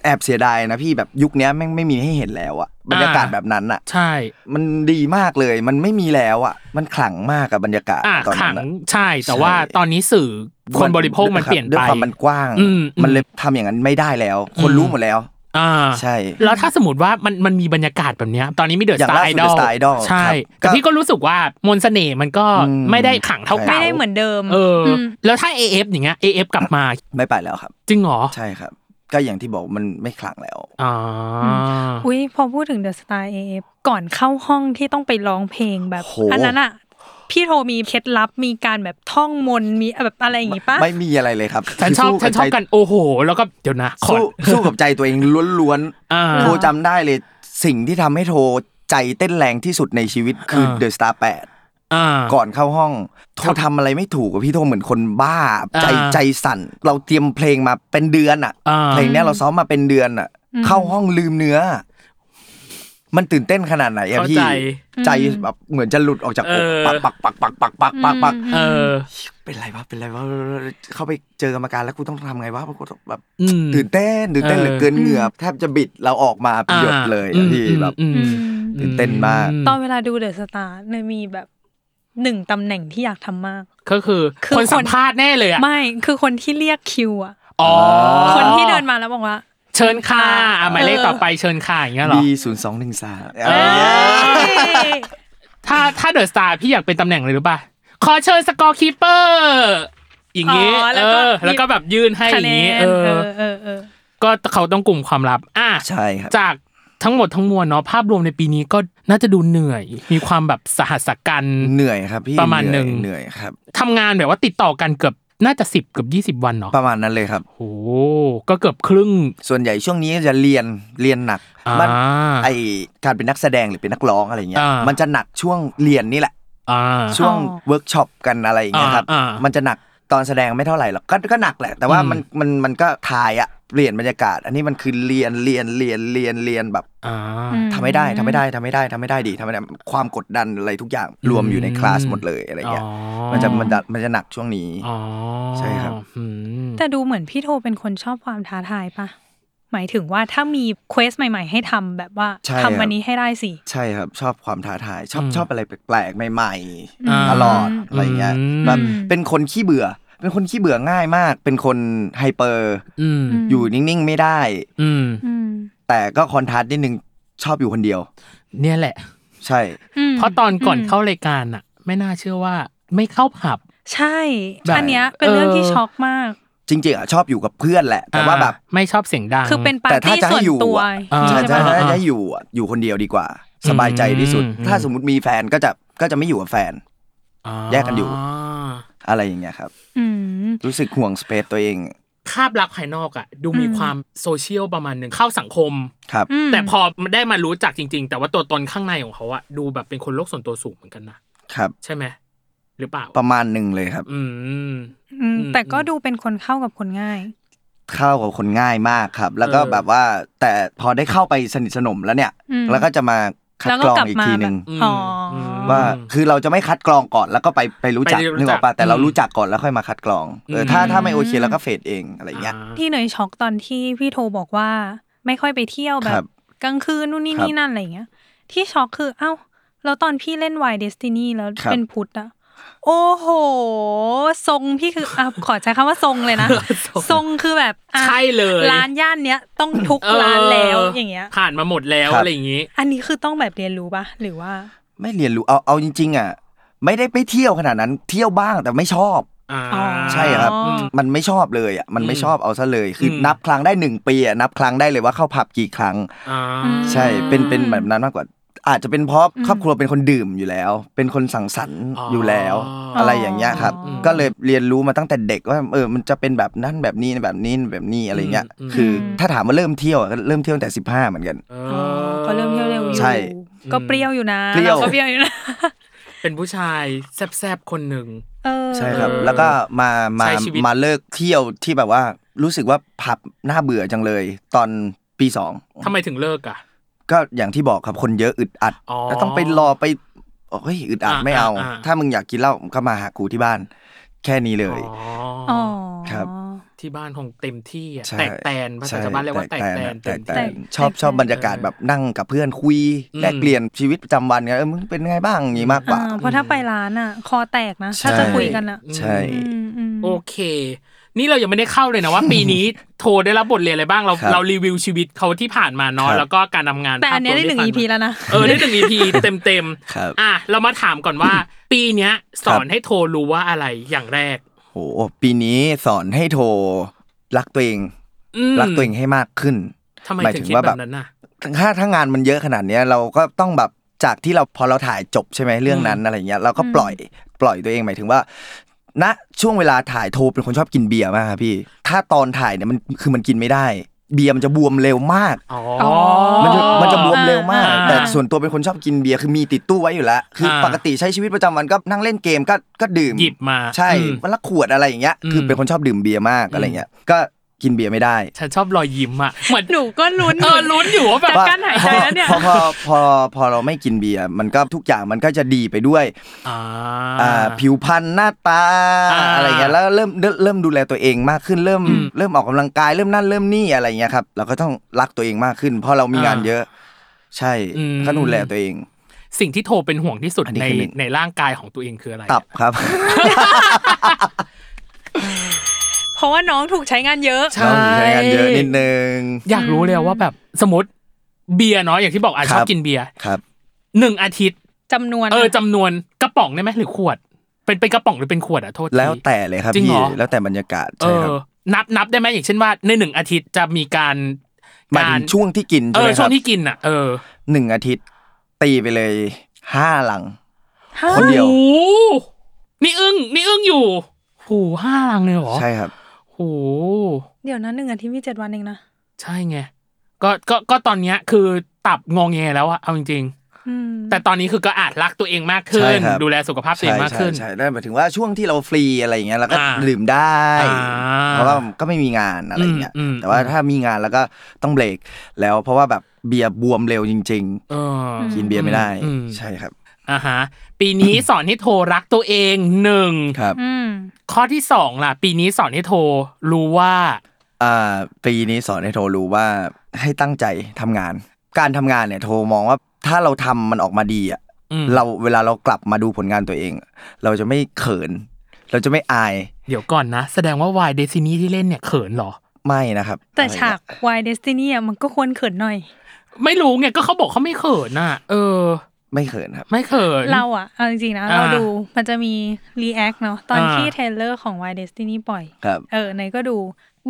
[SPEAKER 3] แอบเสียดายนะพี่แบบยุคเนี้ยแม่งไม่มีให้เห็นแล้วอะบรรยากาศ
[SPEAKER 1] อ่า
[SPEAKER 3] แบบนั้นอะ
[SPEAKER 1] ใช่
[SPEAKER 3] มันดีมากเลย มันไม่มีแล้วอะมันขลังมากอะบรรยากาศ
[SPEAKER 1] อ่ะ
[SPEAKER 3] ตอน
[SPEAKER 1] ขั
[SPEAKER 3] นั้
[SPEAKER 1] ง
[SPEAKER 3] นอะ
[SPEAKER 1] ใช่ แต่
[SPEAKER 3] ใช่
[SPEAKER 1] ว่าตอนนี้สื่อคนบริโภคมันเปลี่ยน
[SPEAKER 3] ด้
[SPEAKER 1] ไป
[SPEAKER 3] วยความมันกว้าง
[SPEAKER 1] อืม
[SPEAKER 3] มันเลยทำอย่างนั้นไม่ได้แล้ว คนรู้หมดแล้ว
[SPEAKER 1] อ่า
[SPEAKER 3] ใช่
[SPEAKER 1] แล้วถ้าสมมติว่ามันมันมีบรรยากาศแบบเนี้ยตอนนี้มีเดอะ
[SPEAKER 3] อ
[SPEAKER 1] ส
[SPEAKER 3] ย่าง
[SPEAKER 1] ตา
[SPEAKER 3] ล่า
[SPEAKER 1] ร์ไอ
[SPEAKER 3] สุด
[SPEAKER 1] ดอ
[SPEAKER 3] The
[SPEAKER 1] ล
[SPEAKER 3] Star Idol
[SPEAKER 1] ใช่
[SPEAKER 3] ครับ
[SPEAKER 1] แต่พี่ก็รู้สึกว่ามนต์เสน่ห์มันก็
[SPEAKER 3] อืม
[SPEAKER 1] ไม่ได้ขังเท่า
[SPEAKER 2] ไม่
[SPEAKER 1] เก่า
[SPEAKER 2] ได้เหมือนเดิม
[SPEAKER 1] เอออ
[SPEAKER 2] ม
[SPEAKER 1] แล้วถ้า AF อย่างเงี้ย AF กลับมา
[SPEAKER 3] ไม่ไปแล้วครับ
[SPEAKER 1] จริงเหรอ
[SPEAKER 3] ใช่ครับ ก็อย่างที่บอกมันไม่ขลังแล้ว
[SPEAKER 1] อ่า
[SPEAKER 2] อื อุ้ยพอพูดถึงเดอะสตาร์เอฟก่อนเข้าห้องที่ต้องไปร้องเพลงแบบ
[SPEAKER 3] โห
[SPEAKER 2] อันนั้นอ่ะ พี่โทมีเคล็ดลับมีการแบบท่องมนต์มีแบบอะไรอย่างงี้ปะ
[SPEAKER 3] ไม่มีอะไรเลยครับ
[SPEAKER 1] ฉันชอบ
[SPEAKER 3] สู้
[SPEAKER 1] ฉันชอบ
[SPEAKER 3] ใจ
[SPEAKER 1] กันโอ้โห แล้วก็เดี๋ยวนะขอ
[SPEAKER 3] สู้สู้กับใจตัวเองล้วน
[SPEAKER 1] อ่า
[SPEAKER 3] ๆโทรจำได้เลย สิ่งที่ทำให้โทรใจเต้นแรงที่สุดในชีวิตคือเดอะสตาร์แปด
[SPEAKER 1] อ่า
[SPEAKER 3] ก่อนเข้าห้องโทรทำอะไรไม่ถูกอะพี่โทรเหมือนคนบ้า ใจ
[SPEAKER 1] อ่า
[SPEAKER 3] ใจสั่น เราเตรียมเพลงมาเป็นเดือนอ่ะ
[SPEAKER 1] อ่า
[SPEAKER 3] เพลงเนี้ยเราซ้อมมาเป็นเดือนอ่ะ
[SPEAKER 2] อืม
[SPEAKER 3] เข้าห้องลืมเนื้อ มันตื่นเต้นขนาดไหนอะ
[SPEAKER 1] เข้า
[SPEAKER 3] พี่
[SPEAKER 1] ใจ
[SPEAKER 3] ใจแบบเหมือนจะหลุดออกจากอก
[SPEAKER 1] เออ
[SPEAKER 3] ปักปักปักปักปักปักปักปัก
[SPEAKER 1] เออ
[SPEAKER 3] เป็นไรวะเป็นไรวะเข้าไปเจอกรรมการแล้วกูต้องทำไงวะกูต้องแบบ
[SPEAKER 1] อืม
[SPEAKER 3] ตื่นเต้นตื่นเต้น
[SPEAKER 1] เออ
[SPEAKER 3] เหลือเกินเหงื่อแทบจะบิดเราออกมาเป็นหยดเลยอะพี่
[SPEAKER 1] อืม
[SPEAKER 3] แบบ
[SPEAKER 1] อืม
[SPEAKER 2] อืม
[SPEAKER 3] ตื่นเต้นมาก
[SPEAKER 2] ตอนเวลาดูเดอะสตาร์เนยมีแบบหนึ่งตำแหน่งที่อยากทำมาก
[SPEAKER 1] ก็คือ
[SPEAKER 2] คือ
[SPEAKER 1] คน
[SPEAKER 2] คน
[SPEAKER 1] สัมภาษณ์แน่เลยอ่ะ
[SPEAKER 2] ไม่คือคนที่เรียกคิวอ่ะ
[SPEAKER 1] อ๋อ
[SPEAKER 2] คนที่เดินมาแล้วบอกว่า
[SPEAKER 1] เช ชิญค่ะอ่ะหมายเลขต่อไปเชิญค่ะอย่างเงี้ยเหรอ
[SPEAKER 3] B ศูนย์สองหนึ่งสาม
[SPEAKER 1] ถ้าถ้าเดอะสตาร์พี่อยากเป็นตำแหน่งเลยหรือป่ะ ขอเชิญสกอร์คีเปอร์อย่างงี้
[SPEAKER 2] อ๋อแล้
[SPEAKER 1] เอ
[SPEAKER 2] วก็
[SPEAKER 1] อแล้วก็แบบยื่นให้อย่างงี้ เอ
[SPEAKER 2] เออ
[SPEAKER 1] อ
[SPEAKER 2] เออเออ
[SPEAKER 1] ก็เขาต้องกลุ่มความลับ อ่ะ
[SPEAKER 3] ใช่ครับ
[SPEAKER 1] จากทั้งหมดทั้งมวลเนาะภาพรวมในปีนี้ก็น่าจะดูเหนื่อย มีความแบบสหัสสกัน
[SPEAKER 3] เหนื่อยครับพี่
[SPEAKER 1] ประมาณหนึ่ง
[SPEAKER 3] เหนื่อยเหอยครับ
[SPEAKER 1] ทำงานแบบว่าติดต่อกันเกือบน่าจะสิบเกือบยี่สิบวันเนาะ
[SPEAKER 3] ประมาณนั้นเลยครับ
[SPEAKER 1] โอ้โหก็เกือบครึ่ง
[SPEAKER 3] ส่วนใหญ่ช่วงนี้จะเรียนเรียนหนัก
[SPEAKER 1] อ่ามั
[SPEAKER 3] มัไอการเป็นนักแสดงหรือเป็นนักร้องอะไรเงี้ย
[SPEAKER 1] อ่ามั
[SPEAKER 3] มันจะหนักช่วงเรียนนี่แหละ
[SPEAKER 1] อ่า
[SPEAKER 3] ช่วง
[SPEAKER 2] อ๋อ
[SPEAKER 3] เวิร์กช็อปกันอะไรอย่างเงี้ยครับ
[SPEAKER 1] อ่าอ่ามั
[SPEAKER 3] มันจะหนักตอนแสดงไม่เท่าไหร่หรอกก็ก็หนักแหละ แต่ว่า
[SPEAKER 1] อืม
[SPEAKER 3] มันมันมันก็ทายอะเปลี่ยนบรรยากาศ อันนี้มันคือเรียนเรียนเรียนเรียนเรียนแบบ
[SPEAKER 1] อ่า
[SPEAKER 3] ทำไม่ได้ทำไม่ได้ทำไม่ได้ทำไม่ได้ดีทำไม่ได้ความกดดันอะไรทุกอย่างรวมอยู่ในคลาสหมดเลยอะไรเงี้ย
[SPEAKER 1] อ๋อ
[SPEAKER 3] มันจะมันจะมันจะหนักช่วงนี้
[SPEAKER 1] อ๋อ
[SPEAKER 3] ใช่ครับ
[SPEAKER 1] อืม
[SPEAKER 2] แต่ดูเหมือนพี่โทเป็นคนชอบความท้าทายปะหมายถึงว่าถ้ามีเควสใหม่ ๆ ให้ทำแบบว่า
[SPEAKER 3] ใช่
[SPEAKER 2] ทำ
[SPEAKER 3] ครั
[SPEAKER 2] วัน
[SPEAKER 3] บ
[SPEAKER 2] นี้ให้ได้สิ
[SPEAKER 3] ใช่ครับ ชอบความท้าทาย ชอบ
[SPEAKER 1] อืม
[SPEAKER 3] ชอบอะไรแปลกๆ ใหม่
[SPEAKER 1] อ่า
[SPEAKER 3] ๆตลอดอะไรเงี้ย
[SPEAKER 1] อืม
[SPEAKER 3] แบบเป็นคนขี้เบื่อ เป็นคนขี้เบื่อง่ายมาก เป็นคนไฮเปอร์
[SPEAKER 1] อืม
[SPEAKER 2] ม
[SPEAKER 3] อยู่นิ่งๆไม่ได้
[SPEAKER 1] อืม
[SPEAKER 2] อืม
[SPEAKER 3] แต่ก็คอนทราสต์นิดนึงชอบอยู่คนเดียว
[SPEAKER 1] เนี่ยแหละ
[SPEAKER 3] ใช่
[SPEAKER 2] ม
[SPEAKER 1] เพราะตอนก่อนเข้ารายการอะไม่น่าเชื่อว่าไม่เข้าผับ
[SPEAKER 2] ใช่
[SPEAKER 1] ใช่
[SPEAKER 2] อันเนี้ยเป็นเรื่องที่
[SPEAKER 1] เออ
[SPEAKER 2] ช็อกมาก
[SPEAKER 3] จริงๆอ่ะชอบอยู่กับเพื่อนแหละ แต่ว่า
[SPEAKER 1] อ่
[SPEAKER 3] แบบ
[SPEAKER 1] ไม่ชอบเสียงดัง
[SPEAKER 2] คือเป็นปา
[SPEAKER 3] แต่
[SPEAKER 2] ร์
[SPEAKER 3] ถ้า
[SPEAKER 2] ตี้
[SPEAKER 3] จะ
[SPEAKER 2] ส่
[SPEAKER 3] ให้
[SPEAKER 2] วน
[SPEAKER 3] อยู่
[SPEAKER 2] ตัว
[SPEAKER 3] อ่ะ
[SPEAKER 1] อ่า
[SPEAKER 3] ใช่
[SPEAKER 2] ใช่ปะ
[SPEAKER 3] ถ้าจะให้อยู่อ่ะอยู่คนเดียวดีกว่า สบายใจที่สุด
[SPEAKER 1] อืม
[SPEAKER 3] ถ้าสมมติมีแฟนก็จะก็จะไม่อยู่กับแฟน
[SPEAKER 1] อ่า
[SPEAKER 3] แยกกันอยู่ อะไรอย่างเงี้ยครับ
[SPEAKER 2] อืม
[SPEAKER 3] รู้สึกห่วงสเปซตัวเอง
[SPEAKER 1] คาบลักษณ์ภายนอกอะดูมี
[SPEAKER 2] อืม
[SPEAKER 1] ความโซเชียลประมาณหนึ่งเข้าสังคม
[SPEAKER 3] ครับ
[SPEAKER 2] อืม
[SPEAKER 1] แต่พอได้มารู้จักจริง ๆ แต่ว่าตัวตนข้างในของเขาอะดูแบบเป็นคนโลกส่วนตัวสูงเหมือนกันนะครับ ใช่ไหมหรือเปล่า
[SPEAKER 3] ประมาณหนึ่งเลยครับ
[SPEAKER 1] อืม
[SPEAKER 2] อืม
[SPEAKER 1] อืม
[SPEAKER 2] แต่ก็ดูเป็นคนเข้ากับคนง่าย
[SPEAKER 3] เข้ากับคนง่ายมากครับ แล้วก็
[SPEAKER 1] เออ
[SPEAKER 3] แบบว่าแต่พอได้เข้าไปสนิทสนมแล้วเนี่ย
[SPEAKER 2] อืม
[SPEAKER 3] แล้วก็จะมาคัด
[SPEAKER 2] แล้ว
[SPEAKER 3] ก
[SPEAKER 2] ก็
[SPEAKER 3] รอง
[SPEAKER 2] กลับ
[SPEAKER 3] อีก
[SPEAKER 2] มา
[SPEAKER 3] ทีห
[SPEAKER 2] แบ
[SPEAKER 3] นึ่ง
[SPEAKER 2] บอ๋ออ
[SPEAKER 1] ม
[SPEAKER 3] ว่าคือเราจะไม่คัดกรองก่อนแล้วก็ไปไปรู้จัก
[SPEAKER 1] ไปรู้จัก
[SPEAKER 3] นึกออกปะแต่เรา
[SPEAKER 1] อืม
[SPEAKER 3] รู้จักก่อนแล้วค่อยมาคัดกรองเออ
[SPEAKER 1] ม
[SPEAKER 3] ถ้าถ้าไม่โอเคเราก็เฟดเองอะไรเงี้ย
[SPEAKER 2] ที่เนยช็อกตอนที่พี่โทบอกว่า ไม่ค่อยไปเที่ยวแบ
[SPEAKER 3] ครับ บ
[SPEAKER 2] กลางคืนนู่นนี่
[SPEAKER 3] ครับ
[SPEAKER 2] นี่นั่นอะไรอย่างเงี้ย ที่ช็อกคือเอ้า แล้วตอนพี่เล่นวายเดสตินีแล้ว
[SPEAKER 3] ครับ
[SPEAKER 2] เป็นพุทธอะโอ้โห ทรงพี่คืออ่ะ ขอใช้คำว่าทรง เลยนะ ทรงคือแบบอ่ะ
[SPEAKER 1] ใช่เลย
[SPEAKER 2] ร้านย่านเนี้ยต้องทุก
[SPEAKER 1] เออ
[SPEAKER 2] ร้านแล้วอย่างเงี้ย
[SPEAKER 1] ผ่านมาหมดแล้ว
[SPEAKER 3] ครับ
[SPEAKER 1] อะไรอย่างงี้
[SPEAKER 2] อันนี้คือต้องแบบเรียนรู้ปะหรือว่า
[SPEAKER 3] ไม่เรียนรู้เอาเอาจริงๆอ่ะไม่ได้ไปเที่ยวขนาดนั้นเที่ยวบ้างแต่ไม่ชอบ
[SPEAKER 1] อ่า
[SPEAKER 2] อ๋อ
[SPEAKER 3] ใช่ครับ
[SPEAKER 2] อ๋อ
[SPEAKER 3] มันไม่ชอบเลยอ่ะมันไม่ชอบเอาซะเลยคืออ
[SPEAKER 1] ม
[SPEAKER 3] นับครั้งได้หนึ่งปีอ่ะนับครั้งได้เลยว่าเข้าผับกี่ครั้ง
[SPEAKER 1] อ่า
[SPEAKER 3] ใช่เป็นเป็น
[SPEAKER 2] อืม
[SPEAKER 3] แบบนั้นมากกว่า อาจจะเป็นเพราะครอบครัวเป็นคนดื่มอยู่แล้ว เป็นคนสังสรรค์
[SPEAKER 1] อ๋ออ
[SPEAKER 3] อยู่แล้ว
[SPEAKER 1] อออ
[SPEAKER 3] อะไรอย่างเงี้ยครับ
[SPEAKER 1] อืม
[SPEAKER 3] ก็เลยเรียนรู้มาตั้งแต่เด็กว่าเออมันจะเป็นแบบนั้นแบบนี้แบบนี้แบบนี้อะไรเงี้ย
[SPEAKER 1] อืม
[SPEAKER 3] คืออ
[SPEAKER 2] ม
[SPEAKER 3] ถ้าถามว่าเริ่มเที่ยวอะก็เริ่มเที่ยวตั้งแต่สิบห้าเหมือนกัน
[SPEAKER 1] เอ
[SPEAKER 2] อ๋อก็เริ่มเที่ยวเร็วอยู่
[SPEAKER 3] ใช่
[SPEAKER 2] ก็เปรี้ยวอยู่นะ
[SPEAKER 3] เปรี้ย
[SPEAKER 2] า
[SPEAKER 3] ว
[SPEAKER 2] ก็เปรี้ยวอยู่นะ
[SPEAKER 1] เป็นผู้ชายแซบๆคนหนึ่ง
[SPEAKER 2] เออ
[SPEAKER 3] ใช่ครับ
[SPEAKER 1] เออ
[SPEAKER 3] แล้วก็มามา
[SPEAKER 1] ใช้ชีวิต
[SPEAKER 3] มาเลิกเที่ยวที่แบบว่ารู้สึกว่าผับน่าเบื่อจังเลย ตอนปีสอง
[SPEAKER 1] ทำไมถึงเลิกอ่ะ
[SPEAKER 3] ก็อย่างที่บอกครับคนเยอะอึดอัด
[SPEAKER 1] อ๋อ
[SPEAKER 3] แล้วต้องไปรอไปเฮ้ยอึดอัด
[SPEAKER 1] อ่า
[SPEAKER 3] ไม่เอา
[SPEAKER 1] อ่าอ่า
[SPEAKER 3] ถ้ามึงอยากกินเหล้าก็มาหากูที่บ้าน แค่นี้เลย
[SPEAKER 1] อ๋
[SPEAKER 2] อ๋
[SPEAKER 1] อ
[SPEAKER 2] อ
[SPEAKER 3] ครับ
[SPEAKER 1] ที่บ้านคงเต็มที่อะ
[SPEAKER 3] ใช่
[SPEAKER 1] แตกแตนภาษา
[SPEAKER 3] ใช่
[SPEAKER 1] ชาวบ้านเรียกว่าแตกแตน
[SPEAKER 3] แต
[SPEAKER 1] เต็
[SPEAKER 3] ก
[SPEAKER 1] ม
[SPEAKER 3] แต
[SPEAKER 1] ที่
[SPEAKER 3] นชอ
[SPEAKER 2] แตกแต
[SPEAKER 3] บ
[SPEAKER 2] น
[SPEAKER 3] ชอบบรรยากาศแบบนั่งกับเพื่อนคุย
[SPEAKER 1] อืม
[SPEAKER 3] แลกเปลี่ยนชีวิตประจำวันกันเออมึงเป็นไงบ้างอย่างนี้มากกว่า
[SPEAKER 2] อ่าเพราะถ้าไปร้านอ่ะ คอแตกนะ
[SPEAKER 3] ใช่
[SPEAKER 2] ถ้าจะคุยกันอ่ะ
[SPEAKER 3] ใช่
[SPEAKER 2] อืมอืม
[SPEAKER 1] โอเค นี่เรายังไม่ได้เข้าเลยนะว่า ปีนี้โทรได้รับบทเรียนอะไรบ้างเรา
[SPEAKER 3] ครับ
[SPEAKER 1] เรารีวิวชีวิตเขาที่ผ่านมาเนาะ
[SPEAKER 3] ครับ
[SPEAKER 1] แล้วก็การทำงาน
[SPEAKER 2] แต่อันเนี้ยได้หนึ่ง
[SPEAKER 1] ภาพรวม
[SPEAKER 2] EP แล้วนะ
[SPEAKER 1] เออได้หนึ่ง EP เต็มเต็มๆ
[SPEAKER 3] ครับ
[SPEAKER 1] อ่ะเรามาถามก่อนว่า ปีเนี้ยสอน
[SPEAKER 3] ครับ
[SPEAKER 1] ให้โทรรู้ว่าอะไรอย่างแรก
[SPEAKER 3] โหปีนี้สอนให้โทรรักตัวเอง
[SPEAKER 1] อืม
[SPEAKER 3] รักตัวเองให้มากขึ้น
[SPEAKER 1] ทำไม
[SPEAKER 3] หมาย
[SPEAKER 1] ถึ
[SPEAKER 3] ถึ
[SPEAKER 1] ง
[SPEAKER 3] ง
[SPEAKER 1] คิด
[SPEAKER 3] ว่า
[SPEAKER 1] แบ
[SPEAKER 3] แบบ บ
[SPEAKER 1] นั้นน่ะ
[SPEAKER 3] ถ้าถ้างานมันเยอะขนาดเนี้ยเราก็ต้องแบบจากที่เราพอเราถ่ายจบใช่ไหมเรื่องนั้นอะไรเงี้ยเราก็ปล่อยปล่อยตัวเองหมายถึงว่า ณช่วงเวลาถ่ายโทรเป็นคนชอบกินเบียร์มากครับพี่ ถ้าตอนถ่ายเนี่ยมันคือมันกินไม่ได้ เบียร์มันจะบวมเร็วมาก
[SPEAKER 1] อ๋อ
[SPEAKER 3] มันจะมันจะบวมเร็วมาก
[SPEAKER 1] อ่า
[SPEAKER 3] แต่ส่วนตัวเป็นคนชอบกินเบียร์คือมีติดตู้ไว้อยู่แล้ว คืออา ปกติใช้ชีวิตประจำวันก็นั่งเล่นเกมก็ก็ดื่ม
[SPEAKER 1] หยิบมา
[SPEAKER 3] ใช่
[SPEAKER 1] อืม
[SPEAKER 3] วันละขวดอะไรอย่างเงี้ย
[SPEAKER 1] อืม
[SPEAKER 3] คือเป็นคนชอบดื่มเบียร์มากอะไรเงี้ยก็กินเบียร์ไม่ได้
[SPEAKER 1] ฉันชอบรอยยิ้มอ่ะเหมือน
[SPEAKER 2] หนูก็ลุ้น
[SPEAKER 1] เออลุ้นอยู่ว่าแบบ
[SPEAKER 2] จะกั้นหายใจแล้วเนี่ย
[SPEAKER 3] พอพอพอพอเราไม่กินเบียร์มันก็ทุกอย่างมันก็จะดีไปด้วย
[SPEAKER 1] อ่า
[SPEAKER 3] อ่าผิวพรรณหน้าตา
[SPEAKER 1] อ่า
[SPEAKER 3] อะไรเงี้ยแล้วเริ่มเริ่มเริ่มดูแลตัวเองมากขึ้นเริ่ม
[SPEAKER 1] อืม
[SPEAKER 3] เริ่มออกกำลังกายเริ่มนั่นเริ่มนี่อะไรเงี้ยครับเราก็ต้องรักตัวเองมากขึ้นเพราะเรามีงาน
[SPEAKER 1] อ่า
[SPEAKER 3] เยอะ ใช่
[SPEAKER 1] อืม
[SPEAKER 3] ก็ดูแลตัวเอง
[SPEAKER 1] สิ่งที่โทรเป็นห่วงที่สุด
[SPEAKER 3] อันนี้
[SPEAKER 1] ใน
[SPEAKER 3] คือหนึ่ง
[SPEAKER 1] ในร่างกายของตัวเองคืออะไร
[SPEAKER 3] ตับครับ
[SPEAKER 2] พ ราะว่าน้องถูกใช้งานเยอะ
[SPEAKER 1] ใช่
[SPEAKER 3] เราใช้งานเยอะนิดนึง
[SPEAKER 1] อยากรู้เลยว่าแบบสมมติเบียร์เนาะอย่างที่บอกอ่ะ
[SPEAKER 3] ค
[SPEAKER 1] ช
[SPEAKER 3] รั
[SPEAKER 1] อ
[SPEAKER 3] บบ
[SPEAKER 1] กินเบียร์
[SPEAKER 3] ครับ
[SPEAKER 1] หนึ่งอาทิตย์
[SPEAKER 2] จำนวน
[SPEAKER 1] เออจำนวนกระป๋องได้ไหมหรือขวด เป็นเป็นกระป๋องหรือเป็นขวดอ่ะโทษที
[SPEAKER 3] แล้วแต่เลยครับ
[SPEAKER 1] จริงเหร
[SPEAKER 3] พี่
[SPEAKER 1] อ
[SPEAKER 3] แล้วแต่บรรยากาศ
[SPEAKER 1] เอ
[SPEAKER 3] ใช่ค
[SPEAKER 1] อนั
[SPEAKER 3] รับ
[SPEAKER 1] บนับได้ไหมอย่างเช่นว่าในหนึ่งอาทิตย์จะมีการ
[SPEAKER 3] หมายถึงช่วงที่กิน
[SPEAKER 1] เอ
[SPEAKER 3] ใช่ไห
[SPEAKER 1] อ
[SPEAKER 3] มค
[SPEAKER 1] ช่ว
[SPEAKER 3] รั
[SPEAKER 1] ง
[SPEAKER 3] บ
[SPEAKER 1] ที่กินอ่ะเออ
[SPEAKER 3] หนึ่งอาทิตย์ตีไปเลยห้าหลัง
[SPEAKER 2] ห้า
[SPEAKER 3] คนเดียว
[SPEAKER 1] โอ้โหนี่อึ้งนี่อึ้งอยู่โหห้าลังเลยเหรอ
[SPEAKER 3] ใช่ครับ
[SPEAKER 1] โห
[SPEAKER 2] เดี๋ยวนะหนึ่งอาทิตย์มีเจ็ดวันเองนะ
[SPEAKER 1] ใช่ไงก็ก็ก็ตอนเนี้ยคือตับงองแงแล้วอะเอาจริง
[SPEAKER 2] อืม
[SPEAKER 1] ๆ แต่ตอนนี้คือก็อาจรักตัวเองมากขึ้
[SPEAKER 3] ใช่
[SPEAKER 1] น
[SPEAKER 3] ครับ
[SPEAKER 1] ดูแลสุขภาพตัวเองมากขึ้น
[SPEAKER 3] ใช่ใช่ได้หมายถึงว่าช่วงที่เราฟรีอะไรอย่างเงี้ยเราก็
[SPEAKER 1] อ่า
[SPEAKER 3] ดื่มได้
[SPEAKER 1] อ่า
[SPEAKER 3] เพราะว่าก็ไม่มีงานอะไรอย่างเงี้ย
[SPEAKER 1] อืมอืม
[SPEAKER 3] แต่ว่าถ้ามีงานแล้วก็ต้องเบรกแล้วเพราะว่าแบบเบียร์บวมเร็วจริง
[SPEAKER 1] เออ
[SPEAKER 3] ๆ กินเบียร์ไม่ได้
[SPEAKER 1] อืม
[SPEAKER 3] ใช่ครับ
[SPEAKER 1] อ่าฮะปีนี้สอนให้โทรรักตัวเองหนึ่ง
[SPEAKER 3] ครับ
[SPEAKER 2] อืม
[SPEAKER 1] ข้อที่สองล่ะ ปีนี้สอนให้โทรรู้ว่า
[SPEAKER 3] อ่าปีนี้สอนให้โทรรู้ว่าให้ตั้งใจทำงาน การทำงานเนี่ยโทรมองว่าถ้าเราทำมันออกมาดีอ่ะ
[SPEAKER 1] อืม
[SPEAKER 3] เราเวลาเรากลับมาดูผลงานตัวเอง เราจะไม่เขิน เราจะไม่อาย
[SPEAKER 1] เดี๋ยวก่อนนะ แสดงว่าวายเดซินีที่เล่นเนี่ยเขินเหรอ
[SPEAKER 3] ไม่นะครับ
[SPEAKER 2] แต่
[SPEAKER 3] อะไร
[SPEAKER 2] ฉาก
[SPEAKER 3] เงี้ย
[SPEAKER 2] Why Destiny อะมันก็ควรเขินหน่อย
[SPEAKER 1] ไม่รู้ไงก็เขาบอกเขาไม่เขินน่ะ เออ
[SPEAKER 3] ไม่เขินครับ
[SPEAKER 1] ไม่เขิน
[SPEAKER 2] เราอะเอาจริงๆนะ
[SPEAKER 1] อ่า
[SPEAKER 2] เราดูมันจะมี React เนาะตอน
[SPEAKER 1] อ่า
[SPEAKER 2] ที่เทรลเลอร์ของ Why Destiny ปล่อย
[SPEAKER 3] ครับ
[SPEAKER 2] เออไหนก็ดู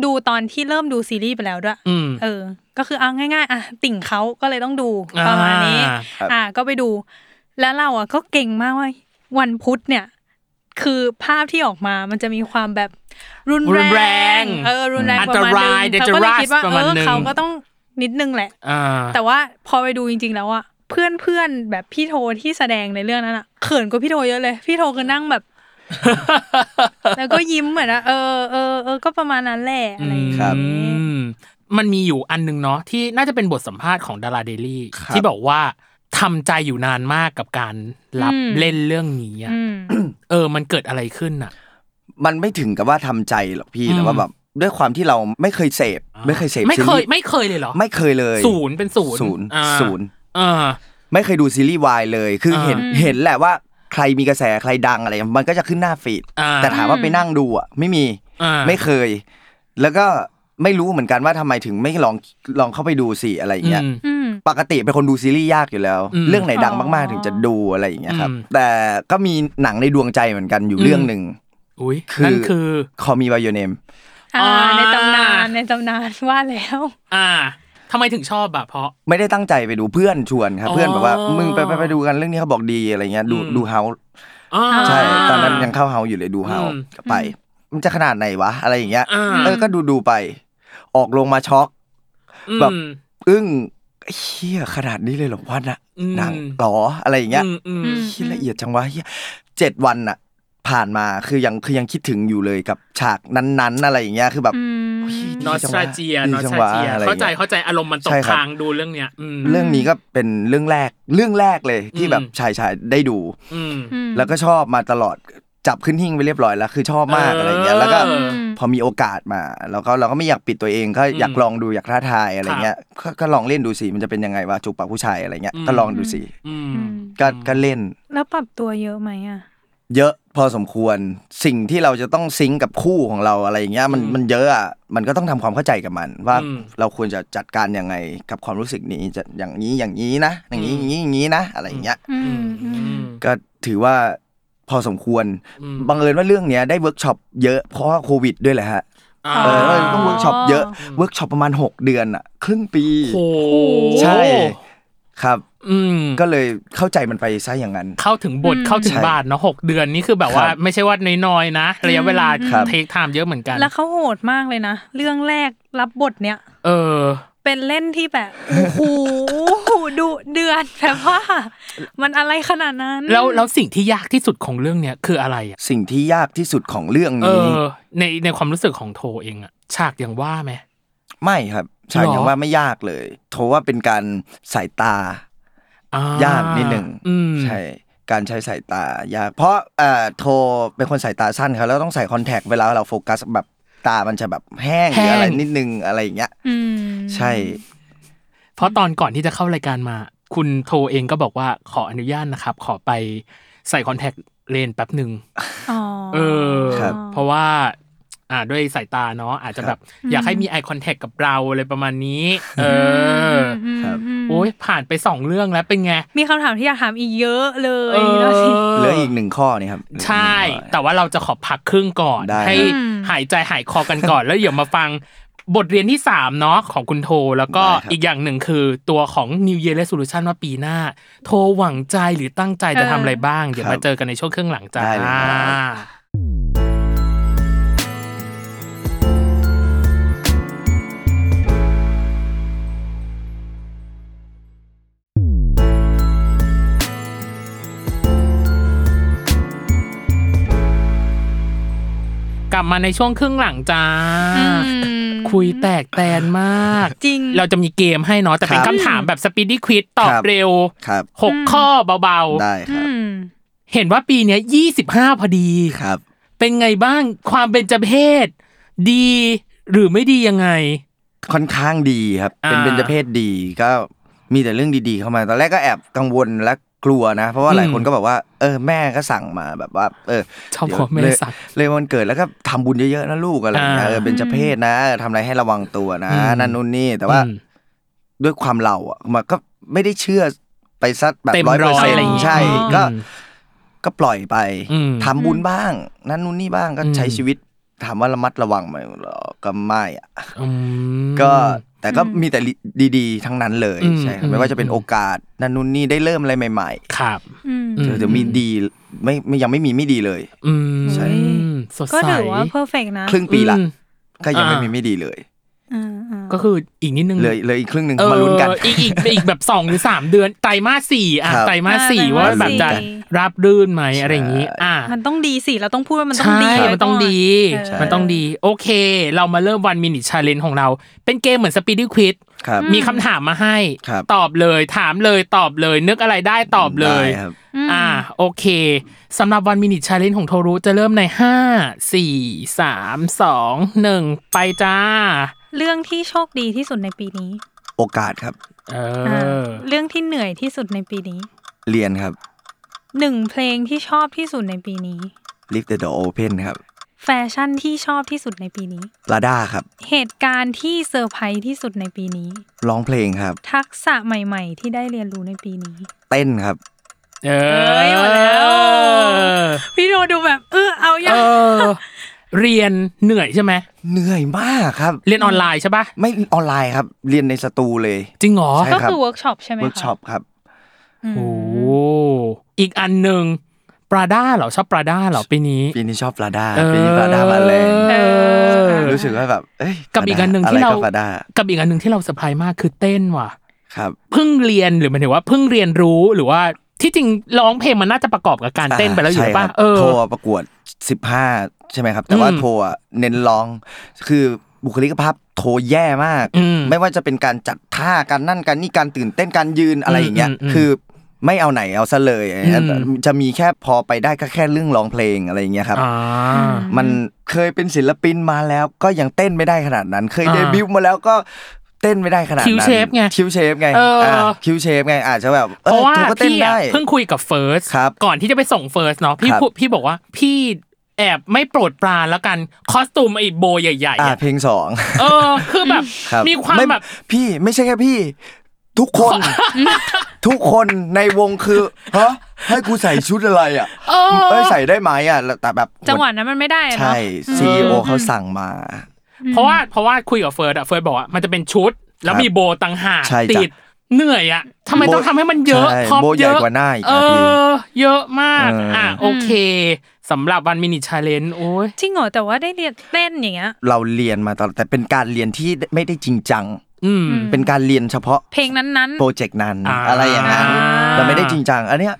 [SPEAKER 2] ดูตอนที่เริ่มดูซีรีส์ไปแล้วด้วย
[SPEAKER 1] อืม
[SPEAKER 2] เออ ก็คือเอาง่ายๆ อ่ะ ติ่งเขาก็เลยต้องดูประมาณนี้
[SPEAKER 1] อ่า
[SPEAKER 3] ครับ
[SPEAKER 2] อ่ะก็ไปดู แล้วเราอ่ะก็เก่งมากเว่าวันพุธเนี่ย คือภาพที่ออกมามันจะมีความแบบรุน
[SPEAKER 1] รุ
[SPEAKER 2] แรง
[SPEAKER 1] นแรง
[SPEAKER 2] เออรุนแรง
[SPEAKER 1] อัน
[SPEAKER 2] ประ
[SPEAKER 1] ต
[SPEAKER 2] มาณนึ
[SPEAKER 1] ราย
[SPEAKER 2] ง
[SPEAKER 1] dangerous
[SPEAKER 2] เราก็เลยคิดว่า
[SPEAKER 1] ประ
[SPEAKER 2] เอ
[SPEAKER 1] มาณ
[SPEAKER 2] อ
[SPEAKER 1] นึง
[SPEAKER 2] เขาก็ต้องนิดนึงแหละ
[SPEAKER 1] อ่า
[SPEAKER 2] แต่ว่าพอไปดูจริง ๆ แล้วอ่ะเพื่อนเพื่อนๆแบบพี่โทที่แสดงในเรื่องนั้นอ่ะเขินกว่าพี่โทเยอะเลย พี่โทคือนั่งแบบ แล้วก็ยิ้มเหมือนอะเออเออเออก็ประมาณนั้นแหละอะไรอย่างเงี้ย
[SPEAKER 3] ครับ
[SPEAKER 1] อืมมันมีอยู่อันหนึงเนาะที่น่าจะเป็นบทสัมภาษณ์ของดาราเดลี่
[SPEAKER 3] ครับ
[SPEAKER 1] ที่บอกว่าทำใจอยู่นานมากกับการรับ
[SPEAKER 2] อืม
[SPEAKER 1] เล่นเรื่องนี้อะ
[SPEAKER 2] อืม
[SPEAKER 1] เออ มันเกิดอะไรขึ้นอ่ะ
[SPEAKER 3] มันไม่ถึงกับว่าทำใจหรอกพี่
[SPEAKER 1] อืม
[SPEAKER 3] แต่ว่าแบบด้วยความที่เราไม่เคยเสพไม่เคยเสพ
[SPEAKER 1] ไม่
[SPEAKER 3] ซี
[SPEAKER 1] เค
[SPEAKER 3] รี
[SPEAKER 1] ย
[SPEAKER 3] ส์
[SPEAKER 1] ไม่เคยเลยเหรอ
[SPEAKER 3] ไม่เคยเลย
[SPEAKER 1] ศูนย์เป็นศูนย์
[SPEAKER 3] ศูนย์
[SPEAKER 1] อ่า
[SPEAKER 3] ศูนย์
[SPEAKER 1] เออ
[SPEAKER 3] ไม่เคยดูซีรีส์วายเลยคืออา เห็นเห็นแหละว่าใครมีกระแสใครดังอะไร มันก็จะขึ้นหน้าฟีด
[SPEAKER 1] อ่า
[SPEAKER 3] แต่ถามว่าไปนั่งดูอ่ะไม่มี
[SPEAKER 1] อ่า
[SPEAKER 3] ไม่เคย แล้วก็ไม่รู้เหมือนกันว่าทำไมถึงไม่ลองลองเข้าไปดูสิอะไรอย่างเงี้ย
[SPEAKER 2] อืม
[SPEAKER 3] ปกติเป็นคนดูซีรีส์ยากอยู่แล้ว
[SPEAKER 1] อืม
[SPEAKER 3] เรื่องไหนดังมาก
[SPEAKER 2] อ๋อ
[SPEAKER 3] ๆถึงจะดูอะไรอย่างเงี้ยครับ
[SPEAKER 1] อืม
[SPEAKER 3] แต่ก็มีหนังในดวงใจเหมือนกันอยู่
[SPEAKER 1] อืม
[SPEAKER 3] เรื่องหนึ่ง
[SPEAKER 1] อุ้ย
[SPEAKER 3] คือ
[SPEAKER 1] นั่นคือ
[SPEAKER 3] คอมีบายเนม
[SPEAKER 2] อ่า
[SPEAKER 1] อ่า
[SPEAKER 2] ในตำนานในตำนานว่าแล้ว
[SPEAKER 1] อ่าทำไมถึงชอบอะเพราะ
[SPEAKER 3] ไม่ได้ตั้งใจไปดูเพื่อนชวนครับ
[SPEAKER 1] อ๋อ
[SPEAKER 3] เพื่อนแบบว่ามึงไปไปไปดูกันเรื่องนี้เขาบอกดีอะไรเงี้ยดู
[SPEAKER 1] อืม
[SPEAKER 3] ดูเฮาส์
[SPEAKER 1] อ่า
[SPEAKER 3] ใช่ ตอนนั้นยังเข้าเฮาส์อยู่เลยดูเฮาส์
[SPEAKER 1] อืม
[SPEAKER 3] ก็ไป มันจะขนาดไหนวะอะไรอย่างเงี้ย
[SPEAKER 1] อ่า
[SPEAKER 3] เออก็ดูดูไป ออกลงมาช็อก แบบ
[SPEAKER 1] อืม
[SPEAKER 3] อึ้งเฮียขนาดนี้เลยเหรอวะน่ะ
[SPEAKER 1] อืม
[SPEAKER 3] หนังหรออะไรอย่างเงี้ย
[SPEAKER 1] อืมอืม
[SPEAKER 2] อืม
[SPEAKER 3] เหี้ยละเอียดจังวะเหี้ยเจ็ดวันอะผ่านมาคือยังคือยังคิดถึงอยู่เลยกับฉากนั้นๆ อะไรอย่างเงี้ยคือแบบ
[SPEAKER 2] อืม
[SPEAKER 3] เหี้ย
[SPEAKER 1] นอ
[SPEAKER 3] ดี
[SPEAKER 1] ส
[SPEAKER 3] จั
[SPEAKER 1] ตราว
[SPEAKER 3] งะ
[SPEAKER 1] เจีย
[SPEAKER 3] ดี
[SPEAKER 1] นอส
[SPEAKER 3] จัง
[SPEAKER 1] ตราว
[SPEAKER 3] ะ
[SPEAKER 1] เจีย
[SPEAKER 3] อะไรอย่งงี้ย
[SPEAKER 1] เข้าใจเข้าใจอารมณ์มันตก
[SPEAKER 3] ใช่ครับ
[SPEAKER 1] ค้างดูเรื่องเนี้ย อืม
[SPEAKER 3] เรื่องนี้ก็เป็นเรื่องแรกเรื่องแรกเลยที่
[SPEAKER 1] อืม
[SPEAKER 3] แบบชายชายได้ดู
[SPEAKER 1] อืม
[SPEAKER 2] อืม
[SPEAKER 3] แล้วก็ชอบมาตลอดจับขึ้นหิ้งไปเรียบร้อยแล้ว คือชอบมาก
[SPEAKER 1] เอออ
[SPEAKER 3] อะไรอย่างเงี้ยแล้วก็
[SPEAKER 1] อืม
[SPEAKER 3] พอมีโอกาสมาแล้วก็เราก็ไม่อยากปิดตัวเองก็อยาก
[SPEAKER 1] อืม
[SPEAKER 3] ลองดูอยากท้าทายอะไรเงี้ยก็ก็ลองเล่นดูสิมันจะเป็นยังไงวะจูบปากผู้ชายอะไรเงี้ย
[SPEAKER 1] อืม
[SPEAKER 3] ก็ลองดูสิ
[SPEAKER 1] อืม
[SPEAKER 2] อืม
[SPEAKER 3] ก็ก็เล่น
[SPEAKER 2] แล้วปรับตัวเยอะไหมอ่ะ
[SPEAKER 3] เยอะพอสมควรสิ่งที่เราจะต้องซิงก์กับคู่ของเราอะไรอย่างเงี้ยมัน
[SPEAKER 1] อืม
[SPEAKER 3] มันเยอะอ่ะมันก็ต้องทำความเข้าใจกับมัน ว่า
[SPEAKER 1] อืม
[SPEAKER 3] เราควรจะจัดการยังไงกับความรู้สึกนี้จะอย่างนี้อย่างนี้นะ อย่างนี้
[SPEAKER 1] อื
[SPEAKER 3] อ
[SPEAKER 1] ม
[SPEAKER 3] ย่างนี้อย่างนี้นะ อะไรอย่างเงี้ย
[SPEAKER 2] อืมอื
[SPEAKER 1] อื
[SPEAKER 2] ม
[SPEAKER 1] ม
[SPEAKER 3] ก็ถือว่าพอสมควร
[SPEAKER 1] อืม
[SPEAKER 3] บังเอิญว่าเรื่องเนี้ยได้เวิร์กช็อปเยอะเพราะว่าโควิดด้วยแหละฮะ
[SPEAKER 1] อ่า
[SPEAKER 3] เออเราต้องเวิร์กช็อปเยอะเวิร์กช็อปประมาณ 6 เดือนอ่ะ ครึ่งปี
[SPEAKER 1] โอ้
[SPEAKER 3] ใช่ครับ
[SPEAKER 1] อืม
[SPEAKER 3] ก็เลยเข้าใจมันไปซะอย่างนั้น
[SPEAKER 1] เข้าถึงบทเข้าถึง
[SPEAKER 3] ใช่
[SPEAKER 1] บาทเนาะหกเดือนนี่คือแบบว่า
[SPEAKER 3] ครับ
[SPEAKER 1] ไม่ใช่ว่าน้อยๆนะระยะเวลา
[SPEAKER 3] ครับ
[SPEAKER 1] เทคไทม์เยอะเหมือนกัน
[SPEAKER 2] แล้วเขาโหดมากเลยนะ เรื่องแรกรับบทเนี่ย
[SPEAKER 1] เออ
[SPEAKER 2] เป็นเล่นที่แบบโอ้โหดุเดือดแบบว่า มันอะไรขนาดนั้น
[SPEAKER 1] แล้วแล้วสิ่งที่ยากที่สุดของเรื่องเนี้ยคืออะไรอ่ะ
[SPEAKER 3] สิ่งที่ยากที่สุดของเรื่อง
[SPEAKER 1] เอ
[SPEAKER 3] นี้
[SPEAKER 1] อ ในในความรู้สึกของโทเองอะฉากอย่างว่าไหม
[SPEAKER 3] ไม่ครับฉา
[SPEAKER 1] ห
[SPEAKER 3] ก
[SPEAKER 1] รอ
[SPEAKER 3] อย่างว่าไม่ยากเลยโทว่าเป็นการสายตา
[SPEAKER 1] อ่าย
[SPEAKER 3] ากนิดหนึ่ง
[SPEAKER 1] อืม
[SPEAKER 3] ใช่การใช้สายตายาก เพราะเอ่อโทเป็นคนสายตาสั้นครับแล้วต้องใส่คอนแทคเวลาเราโฟกัสแบบตามันจะแบบแห้งหรืออะไรนิดนึงอะไรอย่างเงี้ย
[SPEAKER 2] อืม
[SPEAKER 3] ใช่
[SPEAKER 1] เพราะตอนก่อนที่จะเข้ารายการมา คุณโทเองก็บอกว่าขออนุญาตนะครับ ขอไปใส่คอนแทคเลนส์แป๊บหนึ่ง
[SPEAKER 2] อ๋อ
[SPEAKER 1] เออ
[SPEAKER 2] ครับ
[SPEAKER 1] เพราะว่า อ่าด้วยสายตาเนาะอาจจะแบบอยากให้มี eye contact กับเราอะไรประมาณนี้ เออ
[SPEAKER 2] อืม
[SPEAKER 3] ครับ
[SPEAKER 2] ม
[SPEAKER 1] โอ้ยผ่านไปสองเรื่องแล้วเป็นไง
[SPEAKER 2] มีคำถามที่อยากถามอีกเยอะเล
[SPEAKER 1] เอย
[SPEAKER 2] นะสิ
[SPEAKER 1] อ
[SPEAKER 3] เหลืออีกหนึ่งข้อนี่ครับ
[SPEAKER 1] ใช่ แต่ว่าเราจะขอพักครึ่งก่อน
[SPEAKER 3] ได้
[SPEAKER 1] ให้
[SPEAKER 2] อืม
[SPEAKER 1] หายใจหายคอกันก่อน แล้วเดี๋ยวมาฟังบทเรียนที่ 3 เนาะของคุณโท แล้วก็อีกอย่างหนึ่งคือตัวของ New Year Resolution ว่าปีหน้า โทหวังใจหรือตั้งใจจะทำอะไรบ้าง เดี๋ยวมาเจอกันในช่วงครึ่งหลังจ้า
[SPEAKER 3] ได้เลยครับ
[SPEAKER 1] กลับมาในช่วงครึ่งหลังจ้า
[SPEAKER 2] อืม
[SPEAKER 1] คุยแตกแตนมาก
[SPEAKER 2] จริง
[SPEAKER 1] เราจะมีเกมให้เนาะแต่เป็น
[SPEAKER 3] ครั
[SPEAKER 1] คำ
[SPEAKER 3] บ
[SPEAKER 1] ถามแบบสปีดดี้ควิสตอบ
[SPEAKER 3] ครับ
[SPEAKER 1] เร็ว
[SPEAKER 3] ครับ
[SPEAKER 1] หก
[SPEAKER 2] อืม
[SPEAKER 1] ข้อเบาๆ
[SPEAKER 3] ได้ค
[SPEAKER 2] อื
[SPEAKER 3] รับ
[SPEAKER 2] ม
[SPEAKER 1] เห็นว่าปีเนี้ย25 พอดี
[SPEAKER 3] ครับ
[SPEAKER 1] เป็นไงบ้างความเป็นจเพศ ดีหรือไม่ดียังไง
[SPEAKER 3] ค่อนข้างดีครับ
[SPEAKER 1] อ่า
[SPEAKER 3] เป็นเป็นจเพศดีก็มีแต่เรื่องดีๆเข้ามา ตอนแรกก็แอบกังวลและกลัวนะ เพราะว่าหลาย
[SPEAKER 1] อืม
[SPEAKER 3] คนก็แบบว่า เออแม่ก็สั่งมาแบบว่า เออ
[SPEAKER 1] ชอบขอแม่
[SPEAKER 3] เลย
[SPEAKER 1] สัก
[SPEAKER 3] เลยวันเกิดแล้วก็ทำบุญเยอะๆนะลูกอะไรอย่างเงี้ย
[SPEAKER 1] อ่า
[SPEAKER 3] เออเป็นเจาเพศนะเออทำอะไรให้ระวังตัวนะ
[SPEAKER 1] อืม
[SPEAKER 3] นั่นนู่นนี่แต่ว่า
[SPEAKER 1] อืม
[SPEAKER 3] ด้วยความเราอ่ะมันก็ไม่ได้เชื่อไปซัดแบบ
[SPEAKER 1] เต็ม
[SPEAKER 3] ร้อยเปอ
[SPEAKER 1] ร้
[SPEAKER 3] ร์
[SPEAKER 1] อย
[SPEAKER 3] เซ็น
[SPEAKER 1] อะไรอย่าง
[SPEAKER 3] ต์
[SPEAKER 1] เงี้ย
[SPEAKER 3] ใช่
[SPEAKER 2] อืม
[SPEAKER 3] ก็ก็ปล่อยไป
[SPEAKER 1] อืม
[SPEAKER 3] ทำบุญบ้าง นั่นนู่นนี่บ้างก็
[SPEAKER 1] อืม
[SPEAKER 3] ใช้ชีวิตถามว่าระมัดระวังไหมหรอก็ไม่อ่ะ
[SPEAKER 1] อืม
[SPEAKER 3] ก็แต่ก็มีแต่ดีๆ ทั้งนั้นเลย
[SPEAKER 1] อืม
[SPEAKER 3] ใช่ครั
[SPEAKER 1] อื
[SPEAKER 3] บ
[SPEAKER 1] ม
[SPEAKER 3] ไม่ว่าจะเป็นโอกาสนั่นนู่นนี่ได้เริ่มอะไรใหม่
[SPEAKER 1] ครับ
[SPEAKER 2] อืม
[SPEAKER 1] อื
[SPEAKER 3] ๆเดี๋ยวมีดีไม่ไม่ยังไม่มีไม่ดีเลย
[SPEAKER 1] อืม
[SPEAKER 3] ใช่
[SPEAKER 1] สด
[SPEAKER 2] ก็
[SPEAKER 1] ใส
[SPEAKER 2] ถือว่าเพอร์เฟกนะ
[SPEAKER 3] ครึ่งปีละ
[SPEAKER 1] อืม
[SPEAKER 3] ก็ยังไม่
[SPEAKER 1] อ่ามี
[SPEAKER 3] มีไม่ดีเลย
[SPEAKER 2] อืมอืม
[SPEAKER 1] ก็คืออีกนิดนึง
[SPEAKER 3] เลยเลยอีกครึ่งหนึ่ง
[SPEAKER 1] เออ
[SPEAKER 3] มาลุ้นกัน
[SPEAKER 1] อีกอีกอีกแบบส องหรือสามเดือนไตรมาสสี่อ่ะ
[SPEAKER 3] ครับ
[SPEAKER 1] ไตรมาสสี่ว่าแบบจะรับรื่นไหมอะไรอย่างนี้ อ่ะ
[SPEAKER 2] มันต้องดีสิ เราต้องพูดว่ามันต้อง
[SPEAKER 1] ใช่
[SPEAKER 2] ดีไว้
[SPEAKER 1] มันต้อง
[SPEAKER 2] ก่
[SPEAKER 1] ดี
[SPEAKER 2] เ
[SPEAKER 1] มันต้องดี โอเค เรามาเริ่มวันมินิชาเลนของเรา เป็นเกมเหมือนสปีดดี้ควิด
[SPEAKER 3] ครับ
[SPEAKER 1] มีคำถามมาให้
[SPEAKER 3] ครับ
[SPEAKER 1] ตอบเลย ถามเลย ตอบเลย นึกอะไรได้ตอบเลย
[SPEAKER 3] ได้ครับ
[SPEAKER 2] ม
[SPEAKER 1] อ่า โอเคสำหรับวันมินิชาเลนของโทรุจะเริ่มใน 5 4 3 2 1 ไปจ้า
[SPEAKER 2] เรื่องที่โชคดีที่สุดในปีนี้
[SPEAKER 3] โอกาสครับ
[SPEAKER 1] เออ
[SPEAKER 2] าเรื่องที่เหนื่อยที่สุดในปีนี้
[SPEAKER 3] เรียนครับ
[SPEAKER 2] หนึ่งเพลงที่ชอบที่สุดในปีนี้
[SPEAKER 3] Leave the door open ครับ
[SPEAKER 2] แฟชั่นที่ชอบที่สุดในปีนี้
[SPEAKER 3] ลาด้าครับ
[SPEAKER 2] เหตุการณ์ที่เซอร์ไพรส์ที่สุดในปีนี้
[SPEAKER 3] ร้องเพลงครับ
[SPEAKER 2] ทักษะใหม่ ๆ ที่ได้เรียนรู้ในปีนี้
[SPEAKER 3] เต้นครับ
[SPEAKER 1] เอ
[SPEAKER 2] เอ้ยหมดแล้ว พี่โดดูแบบเออเอาอ
[SPEAKER 1] เอย่าง อ เรียนเหนื่อยใช่ไหม
[SPEAKER 3] เหนื่อยมากครับ
[SPEAKER 1] เรียนออนไลน์ใช่ปะ
[SPEAKER 3] ไม่ออนไลน์ครับ เรียนในสตูเลย
[SPEAKER 1] จริงเหรอ
[SPEAKER 3] ใช่
[SPEAKER 2] ก็
[SPEAKER 3] ครับ
[SPEAKER 2] คือเวิร์กช็อปใช่ไหมคะ
[SPEAKER 3] เวิร์กช็อปครับ
[SPEAKER 2] อืม
[SPEAKER 1] โอ้ อีกอันหนึ่งปราด้าเหรอ ชอบปราด้าเหรอปีนี้
[SPEAKER 3] ปีนี้ชอบลาด้าปีนี้ลาด้ามาแรง
[SPEAKER 1] เออ
[SPEAKER 3] รู้สึกว่าแบบเอ้ย
[SPEAKER 1] กับอีกอันหนึ่ง
[SPEAKER 3] ะไร
[SPEAKER 1] ที่เรา
[SPEAKER 3] ก็ฟาด้า
[SPEAKER 1] กับอีกอันหนึ่งที่เราเซอร์ไพรส์มากคือเต้นว่ะ
[SPEAKER 3] ครับ
[SPEAKER 1] เพิ่งเรียนหรือหมายถึงว่าเพิ่งเรียนรู้หรือว่าที่จริงร้องเพลงมันน่าจะประกอบกับการเต้นไปแล้วอยู่
[SPEAKER 3] ใช่
[SPEAKER 1] ป่ะ
[SPEAKER 3] ครับ
[SPEAKER 1] เออ
[SPEAKER 3] โทรประกวด 15 ใช่ไหมครับ แต่ว่า
[SPEAKER 1] อืม
[SPEAKER 3] โทรอะเน้นร้อง คือบุคลิกภาพโทรแย่มาก
[SPEAKER 1] อืม
[SPEAKER 3] ไม่ว่าจะเป็นการจัดท่าการนั่นการนี่การตื่นเต้นการยืนอะไรอย่างเงี้ย
[SPEAKER 1] อืมอืม
[SPEAKER 3] คือไม่เอาไหนเอาซะเลยอะไรเงี้ย
[SPEAKER 1] อืม
[SPEAKER 3] จะมีแค่พอไปได้ก็แค่เรื่องร้องเพลงอะไรอย่างเงี้ยครับ
[SPEAKER 1] อ่า
[SPEAKER 3] มันเคยเป็นศิลปินมาแล้วก็ยังเต้นไม่ได้ขนาดนั้น เคย
[SPEAKER 1] อ่า
[SPEAKER 3] เดบิวต์มาแล้วก็เต้นไม่ได้ขนาดนั้น
[SPEAKER 1] คิวเชฟไง
[SPEAKER 3] คิวเชฟไง
[SPEAKER 1] เอออ่
[SPEAKER 3] าคิวเชฟไงอาจจะแบบ
[SPEAKER 1] เพราะว่า
[SPEAKER 3] ธอก็เต้น
[SPEAKER 1] พี่อะ
[SPEAKER 3] ได้
[SPEAKER 1] เพิ่งคุยกับเฟิร์ส
[SPEAKER 3] ครับ
[SPEAKER 1] ก่อนที่จะไปส่งเฟิร์สเนาะพี่
[SPEAKER 3] ครับ
[SPEAKER 1] พูดพี่บอกว่าพี่แอบไม่โปรดปรานแล้วกันคอสตูมไอ้โบใหญ่ๆ
[SPEAKER 3] อ่า
[SPEAKER 1] อะ
[SPEAKER 3] เพลงสอง
[SPEAKER 1] เออ คือแบบ
[SPEAKER 3] ครับ
[SPEAKER 1] มีความ
[SPEAKER 3] ไ
[SPEAKER 1] แบบ
[SPEAKER 3] พี่ไม่ใช่แค่พี่ ทุกคน ทุกคนในวงคือฮะให้กูใส่ชุดอะไรอ่ะ
[SPEAKER 1] เออ
[SPEAKER 3] เอ้ยใส่ได้ไหมอ่ะแล้วแต่แบบ
[SPEAKER 2] จังหวะนั้นมันไม่ได้อะเนาะ
[SPEAKER 3] ใช่ซีโอเขาสั่งมา
[SPEAKER 1] เพราะว่าเพราะว่าคุยกับเฟิร์สอะเฟิร์สบอกว่ามันจะเป็นชุด แล้ว
[SPEAKER 3] ครับ
[SPEAKER 1] มีโบต่างหาก
[SPEAKER 3] ใช่จ้ะ
[SPEAKER 1] ติดเหนื่อยอะทำไม
[SPEAKER 3] โบ
[SPEAKER 1] ต้องทำให้มันเยอะ
[SPEAKER 3] ใช่
[SPEAKER 1] ครอบ
[SPEAKER 3] โบใหญ่
[SPEAKER 1] เยอะ
[SPEAKER 3] กว่าหน้าอีก
[SPEAKER 1] เอ
[SPEAKER 3] นะพี่
[SPEAKER 1] อ เยอะมาก
[SPEAKER 3] เอออ่
[SPEAKER 1] อ่ะโอเคสำหรับวันมินิชาเลนโอ้ย
[SPEAKER 2] จริงเหรอแต่ว่าได้เรียนเต้นอย่างเงี้ย
[SPEAKER 3] เราเรียนมาตลอดแต่เป็นการเรียนที่ไม่ได้จริงจัง
[SPEAKER 1] อืม
[SPEAKER 3] เป็นการเรียนเฉพาะ
[SPEAKER 2] เพลงนั้น
[SPEAKER 3] โปรเจกต์นั้น
[SPEAKER 1] อ่า
[SPEAKER 3] อะไรอย่างนั้นแต่ไม่ได้จริงจัง อันเนี้ย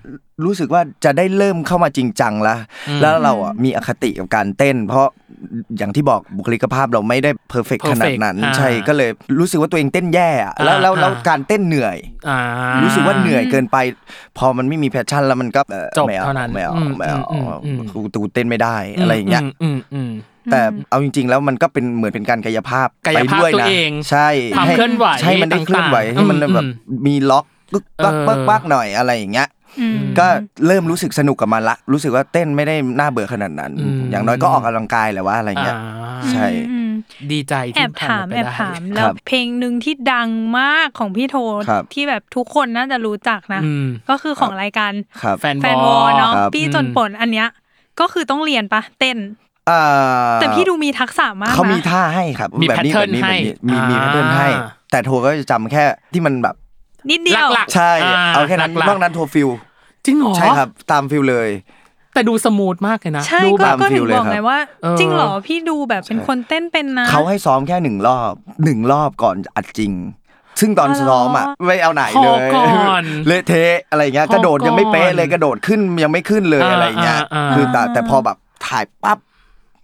[SPEAKER 3] รู้สึกว่าจะได้เริ่มเข้ามาจริงจังละแล้วเราอ่ะมีอคติกับการเต้น เพราะอย่างที่บอกบุคลิกภาพเราไม่ได้เพอร์เฟก
[SPEAKER 1] perfect
[SPEAKER 3] ขนาดนั้น
[SPEAKER 1] อ่า
[SPEAKER 3] ใช่ก็เลยรู้สึกว่าตัวเองเต้นแย่อะแล้วแล้วแล้ว
[SPEAKER 1] อ่า
[SPEAKER 3] การเต้นเหนื่อย
[SPEAKER 1] อ่า
[SPEAKER 3] รู้สึกว่าเหนื่อยเกินไป พอมันไม่มีแพชชั่นแล้วมันก็เอ่อ
[SPEAKER 1] จบ
[SPEAKER 3] ไม่
[SPEAKER 1] เท่านั้น
[SPEAKER 3] ไม่เอา
[SPEAKER 1] อืม
[SPEAKER 3] ไม่เอา
[SPEAKER 1] อืมอืม
[SPEAKER 3] กูกูเต้นไม่ได้อะไรอย่างเงี้ย
[SPEAKER 1] อืมอืม
[SPEAKER 3] แต่เอาจริง ๆ แล้วมันก็เป็นเหมือนเป็นการกายภาพ
[SPEAKER 1] กายภาพ
[SPEAKER 3] ไปด้วย
[SPEAKER 1] ตัว
[SPEAKER 3] นะ
[SPEAKER 1] เอง
[SPEAKER 3] ใช่
[SPEAKER 1] ความ
[SPEAKER 3] ให้
[SPEAKER 1] เคลื่อนไหว
[SPEAKER 3] ใช่มันได้เคลื่อนไหว
[SPEAKER 1] ต่างๆ
[SPEAKER 3] ให้มัน
[SPEAKER 1] อืม
[SPEAKER 3] แบบมีล็อกปึ๊กปัก
[SPEAKER 1] เออ
[SPEAKER 3] ปักปักหน่อยอะไรอย่างเงี้ย
[SPEAKER 2] อืม
[SPEAKER 3] ก็เริ่มรู้สึกสนุกกับมันละ รู้สึกว่าเต้นไม่ได้น่าเบื่อขนาดนั้น
[SPEAKER 1] อืม
[SPEAKER 3] อย่างน้อยก็ออกกำลังกายแหละว่าอะไรเงี้ย
[SPEAKER 1] อ่า
[SPEAKER 3] ใช่
[SPEAKER 2] อืม
[SPEAKER 1] ดีใจ
[SPEAKER 2] แอ
[SPEAKER 1] ที่
[SPEAKER 2] บ
[SPEAKER 1] ผ่า
[SPEAKER 2] ถาน ม
[SPEAKER 1] ไป
[SPEAKER 2] แอบ
[SPEAKER 1] ได้
[SPEAKER 2] ถามแล้วเพลงหนึ่งที่ดังมากของพี่โท
[SPEAKER 3] ครับ
[SPEAKER 2] ที่แบบทุกคนน่าจะรู้จักนะ
[SPEAKER 1] อืม
[SPEAKER 2] ก็คือของรายการ
[SPEAKER 3] ครับ
[SPEAKER 1] แฟน
[SPEAKER 2] แฟน
[SPEAKER 1] บ
[SPEAKER 2] ว
[SPEAKER 1] อ
[SPEAKER 2] อ
[SPEAKER 1] ล
[SPEAKER 2] ลเนาะ
[SPEAKER 3] ครับ
[SPEAKER 2] พี่จนปนอันเนี้ยก็คือต้องเรียนปะเต้น
[SPEAKER 3] อ่า
[SPEAKER 2] แต่พี่ดูมีทักษะมาก
[SPEAKER 3] เขามี
[SPEAKER 2] นะ
[SPEAKER 3] ท่าให้ครับ
[SPEAKER 1] มี
[SPEAKER 3] แบบนี้
[SPEAKER 1] pattern
[SPEAKER 3] แบบนี้แบบนี้
[SPEAKER 1] ให้
[SPEAKER 3] มีมี
[SPEAKER 1] อ่า
[SPEAKER 3] แพทเทิร์นให้ แต่โทรก็จะจำแค่ที่มันแบบ
[SPEAKER 2] นิดเดียว
[SPEAKER 1] หลัก
[SPEAKER 3] ใช่
[SPEAKER 1] อ่า
[SPEAKER 3] เอาแค่นั้น
[SPEAKER 1] หลักๆ
[SPEAKER 3] นอกนั้นโทรฟิล
[SPEAKER 1] จริงเหรอ
[SPEAKER 3] ใช่ครับ ตามฟิลเลย
[SPEAKER 1] แต่ดูสมูทมากเลยนะ
[SPEAKER 2] ใช่
[SPEAKER 1] ดู
[SPEAKER 2] ก็
[SPEAKER 1] แบบ
[SPEAKER 2] ก็
[SPEAKER 3] ฟิ
[SPEAKER 2] ถึ
[SPEAKER 3] ล
[SPEAKER 2] งบอก
[SPEAKER 3] เลยครับ
[SPEAKER 2] ไงว่า
[SPEAKER 1] เออ
[SPEAKER 2] จริงเหรอพี่ดูแบบเป็นคนเต้นเป็นนะ
[SPEAKER 3] เขาให้ซ้อมแค่หนึ่งรอบหนึ่งรอบก่อนอัดจริง ซึ่งตอน
[SPEAKER 2] อ๋อเหรอ
[SPEAKER 3] ซ้อมอ่ะไม่เอาไหนเลย
[SPEAKER 1] พอก่อน
[SPEAKER 3] เละเทะอะไรเงี้ย
[SPEAKER 1] พอก่อน
[SPEAKER 3] กระโดดยังไม่เป๊ะเลยกระโดดขึ้นยังไม่ขึ้นเลย
[SPEAKER 1] อ่า
[SPEAKER 3] อะไรเงี้ย
[SPEAKER 1] อ่าอ่า
[SPEAKER 3] คือแต่แต่พอแบบถ่ายปั๊บ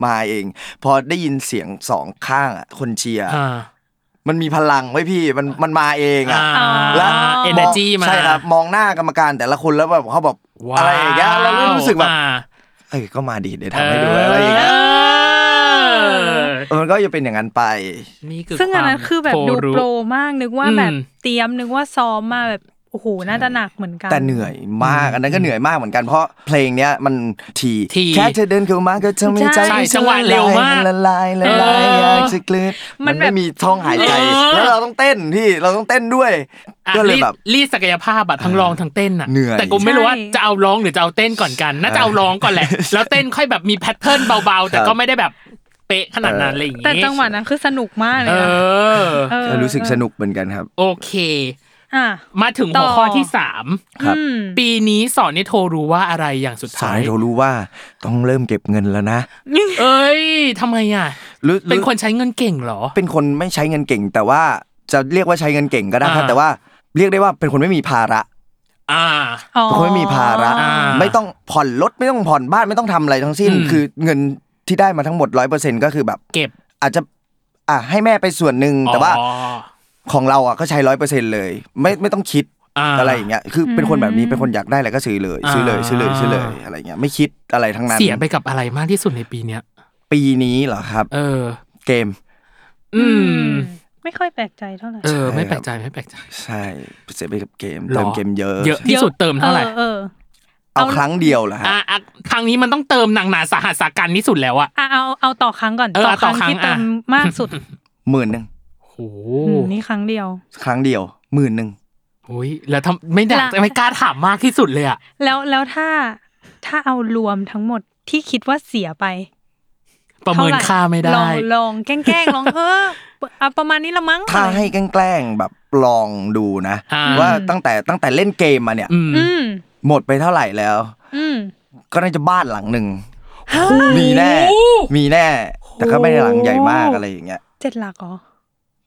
[SPEAKER 3] มาเอง พอได้ยินเสียงสองข้างอะคนเชียร์
[SPEAKER 1] อ่า
[SPEAKER 3] มันมีพลังไว้ยพี่มันมันมาเองอ่ะ
[SPEAKER 1] อ่า
[SPEAKER 3] แล้ว
[SPEAKER 1] เอเนจีมา
[SPEAKER 3] ใช่ครับมองหน้ากรรมการแต่ละคนแล้วแบบเขาบอก
[SPEAKER 1] ว้
[SPEAKER 3] อะไรอย่างเงี้ยแล้วก็รู้สึกแบบ
[SPEAKER 1] อ่า
[SPEAKER 3] เอ้ยก็มาดีเดี๋ยวทำให้ดูอะไรอย่างเงี้ย
[SPEAKER 1] เออ
[SPEAKER 3] เออมันก็จะเป็นอย่างนั้นไป
[SPEAKER 1] นี่คือ
[SPEAKER 2] ซึ่งอันนั้นคือแบบ
[SPEAKER 1] วาม
[SPEAKER 2] ดูโปร
[SPEAKER 1] รู้
[SPEAKER 2] มากนึกว่า
[SPEAKER 1] อืม
[SPEAKER 2] แบบเตรียมนึกว่าซ้อมมาแบบโอ้โหน่าจะหนักเหมือนกัน
[SPEAKER 3] แต่เหนื่อยมากอันนั้นก็เหนื่อยมากเหมือนกันเพราะเพลงเนี้ยมันที
[SPEAKER 1] ที
[SPEAKER 3] แค่เธอเดินเข้ามาก็ทำให้ใจ
[SPEAKER 1] ใช่
[SPEAKER 3] ฉัน
[SPEAKER 1] จังหวะเร็วมาก
[SPEAKER 3] ละลายละลาย
[SPEAKER 1] เออ
[SPEAKER 3] อยากจะกลืน
[SPEAKER 2] มั
[SPEAKER 3] มัน น
[SPEAKER 2] แบบ
[SPEAKER 3] ไม่มีช่องหายใจ
[SPEAKER 1] เออ
[SPEAKER 3] แล้วเราต้องเต้นพี่เราต้องเต้นด้วย
[SPEAKER 1] อ่ะ
[SPEAKER 3] ก็เลยแบบ
[SPEAKER 1] รีดรีดศักยภาพอะทั้งร้องทั้งเต้นอะ
[SPEAKER 3] เหนื่อย
[SPEAKER 1] แต่กูไม่รู้ว่า
[SPEAKER 2] ใช่
[SPEAKER 1] จะเอาร้องหรือจะเอาเต้นก่อนกัน น่าจะเอาร้องก่อนแหละ แล้วเต้นค่อยแบบมีแพทเทิร์นเบาๆ แต่ก็ไม่ได้แบบเป๊ะขนาดนั้นอะไรอย่างงี้
[SPEAKER 2] แต่จังหวะนั้นคือสนุกมากเล
[SPEAKER 1] เอย
[SPEAKER 2] นะ
[SPEAKER 1] อ
[SPEAKER 2] เออ
[SPEAKER 3] ก็รู้สึกสนุกเหมือนกันครับ
[SPEAKER 1] โอเค
[SPEAKER 2] อ่ะ
[SPEAKER 1] มาถึงหัวข้อ
[SPEAKER 2] ต่อ
[SPEAKER 1] ที่สาม
[SPEAKER 3] ครับ
[SPEAKER 2] อืม
[SPEAKER 1] ปีนี้สอนนิโทรู้ว่าอะไรอย่างสุด
[SPEAKER 3] สา
[SPEAKER 1] ท้าย ย
[SPEAKER 3] เรารู้ว่าต้องเริ่มเก็บเงินแล้วนะ
[SPEAKER 1] เอ้ยทำไมอ่ะ
[SPEAKER 3] รู้
[SPEAKER 1] เป็น
[SPEAKER 3] รู้
[SPEAKER 1] คนใช้เงินเก่งเหรอ
[SPEAKER 3] เป็นคนไม่ใช้เงินเก่ง แต่ว่าจะเรียกว่าใช้เงินเก่งก็ได้ครับ
[SPEAKER 1] อ่า
[SPEAKER 3] แต่ว่าเรียกได้ว่าเป็นคนไม่มีภาระ
[SPEAKER 1] อ่า
[SPEAKER 2] อ๋อ
[SPEAKER 3] เพราะไม่มีภาระ
[SPEAKER 1] อ่า
[SPEAKER 3] ไม่ต้องผ่อนรถไม่ต้องผ่อนบ้านไม่ต้องทำอะไรทั้งสิ้น
[SPEAKER 1] อืม
[SPEAKER 3] คือเงินที่ได้มาทั้งหมดร้อยเปอร์เซ็นก็คือแบบ
[SPEAKER 1] เก็บ
[SPEAKER 3] อาจจะอ่ะให้แม่ไปส่วนหนึ่งแต่ว่า
[SPEAKER 1] อ๋อ
[SPEAKER 3] ของเราอ่ะก็ใช้ร้อยเปอร์เซ็นเลย ไม่ไม่ต้องคิด
[SPEAKER 1] า
[SPEAKER 3] อะไรอย่างเงี้ยคือเป็นคนแบบนี้
[SPEAKER 2] อืม
[SPEAKER 3] เป็นคนอยากได้อะไรก็ซื้อเลย
[SPEAKER 1] อ่า
[SPEAKER 3] ซื้อเลยซื้อเลยซื้อเลยอะไรเงี้ยไม่คิดอะไรทั้งนั้น
[SPEAKER 1] เสียไปกับอะไรมากที่สุดในปีเนี้ย
[SPEAKER 3] ปีนี้เหรอครับ
[SPEAKER 1] เออ
[SPEAKER 3] เกม
[SPEAKER 1] อื
[SPEAKER 2] อื
[SPEAKER 1] ม
[SPEAKER 2] ม ไม่ค่อยแปลกใจเท่าไหร่
[SPEAKER 1] เออ ไม่แปลกใจไม่แปลกใจ
[SPEAKER 3] ใช่เสียไปกับเกม
[SPEAKER 1] หรอ
[SPEAKER 3] เติมเกมเยอะ
[SPEAKER 1] เยอะที่สุดเติมเท่าไหร่
[SPEAKER 2] ออเออ
[SPEAKER 3] เอาครั้งเดียวเหรอฮะ
[SPEAKER 1] อ่ะอ่ะครั้งนี้มันต้องเติมหนังหนาสาหัสสากันที่สุดแล้วอะ
[SPEAKER 2] อ่ะเอาเอาต่อครั้งก่อน
[SPEAKER 1] เออ
[SPEAKER 2] ต่อค
[SPEAKER 1] ต่อครั้
[SPEAKER 2] รั้ง
[SPEAKER 1] ง
[SPEAKER 2] ที่เติม
[SPEAKER 1] อ่ะ
[SPEAKER 2] มากสุด
[SPEAKER 3] หมื่นหนึ่ง
[SPEAKER 1] โห
[SPEAKER 2] อืมนี่ครั้งเดียว
[SPEAKER 3] ครั้งเดียวหมื่นหนึ่ง
[SPEAKER 1] อ้ยแล้วทำไม่ได้
[SPEAKER 2] ละ
[SPEAKER 1] ไม่กล้าถามมากที่สุดเลยอะ
[SPEAKER 2] แล้วแล้วถ้าถ้าเอารวมทั้งหมดที่คิดว่าเสียไป
[SPEAKER 1] ประเมิน
[SPEAKER 2] ท่ห
[SPEAKER 1] ค่าไม่
[SPEAKER 2] ล
[SPEAKER 1] ได้
[SPEAKER 2] องลองแกล้งๆลอง เออเอาประมาณนี้ละมั้ง
[SPEAKER 3] ถ้าให้แกล้งๆแบบลองดูนะ
[SPEAKER 1] อ่า
[SPEAKER 3] ว่าตั้งแต่ตั้งแต่เล่นเกมมาเนี่ย
[SPEAKER 1] อืม
[SPEAKER 2] อืม
[SPEAKER 3] หมดไปเท่าไหร่แล้ว
[SPEAKER 2] อืม
[SPEAKER 3] ก็น่าจะบ้านหลังหนึ่งมีแน่ มีแน่ แต่ก็ไม่ได้หลังใหญ่มากอะไรอย่างเงี้ย
[SPEAKER 2] เจ็ดหลักเหรอ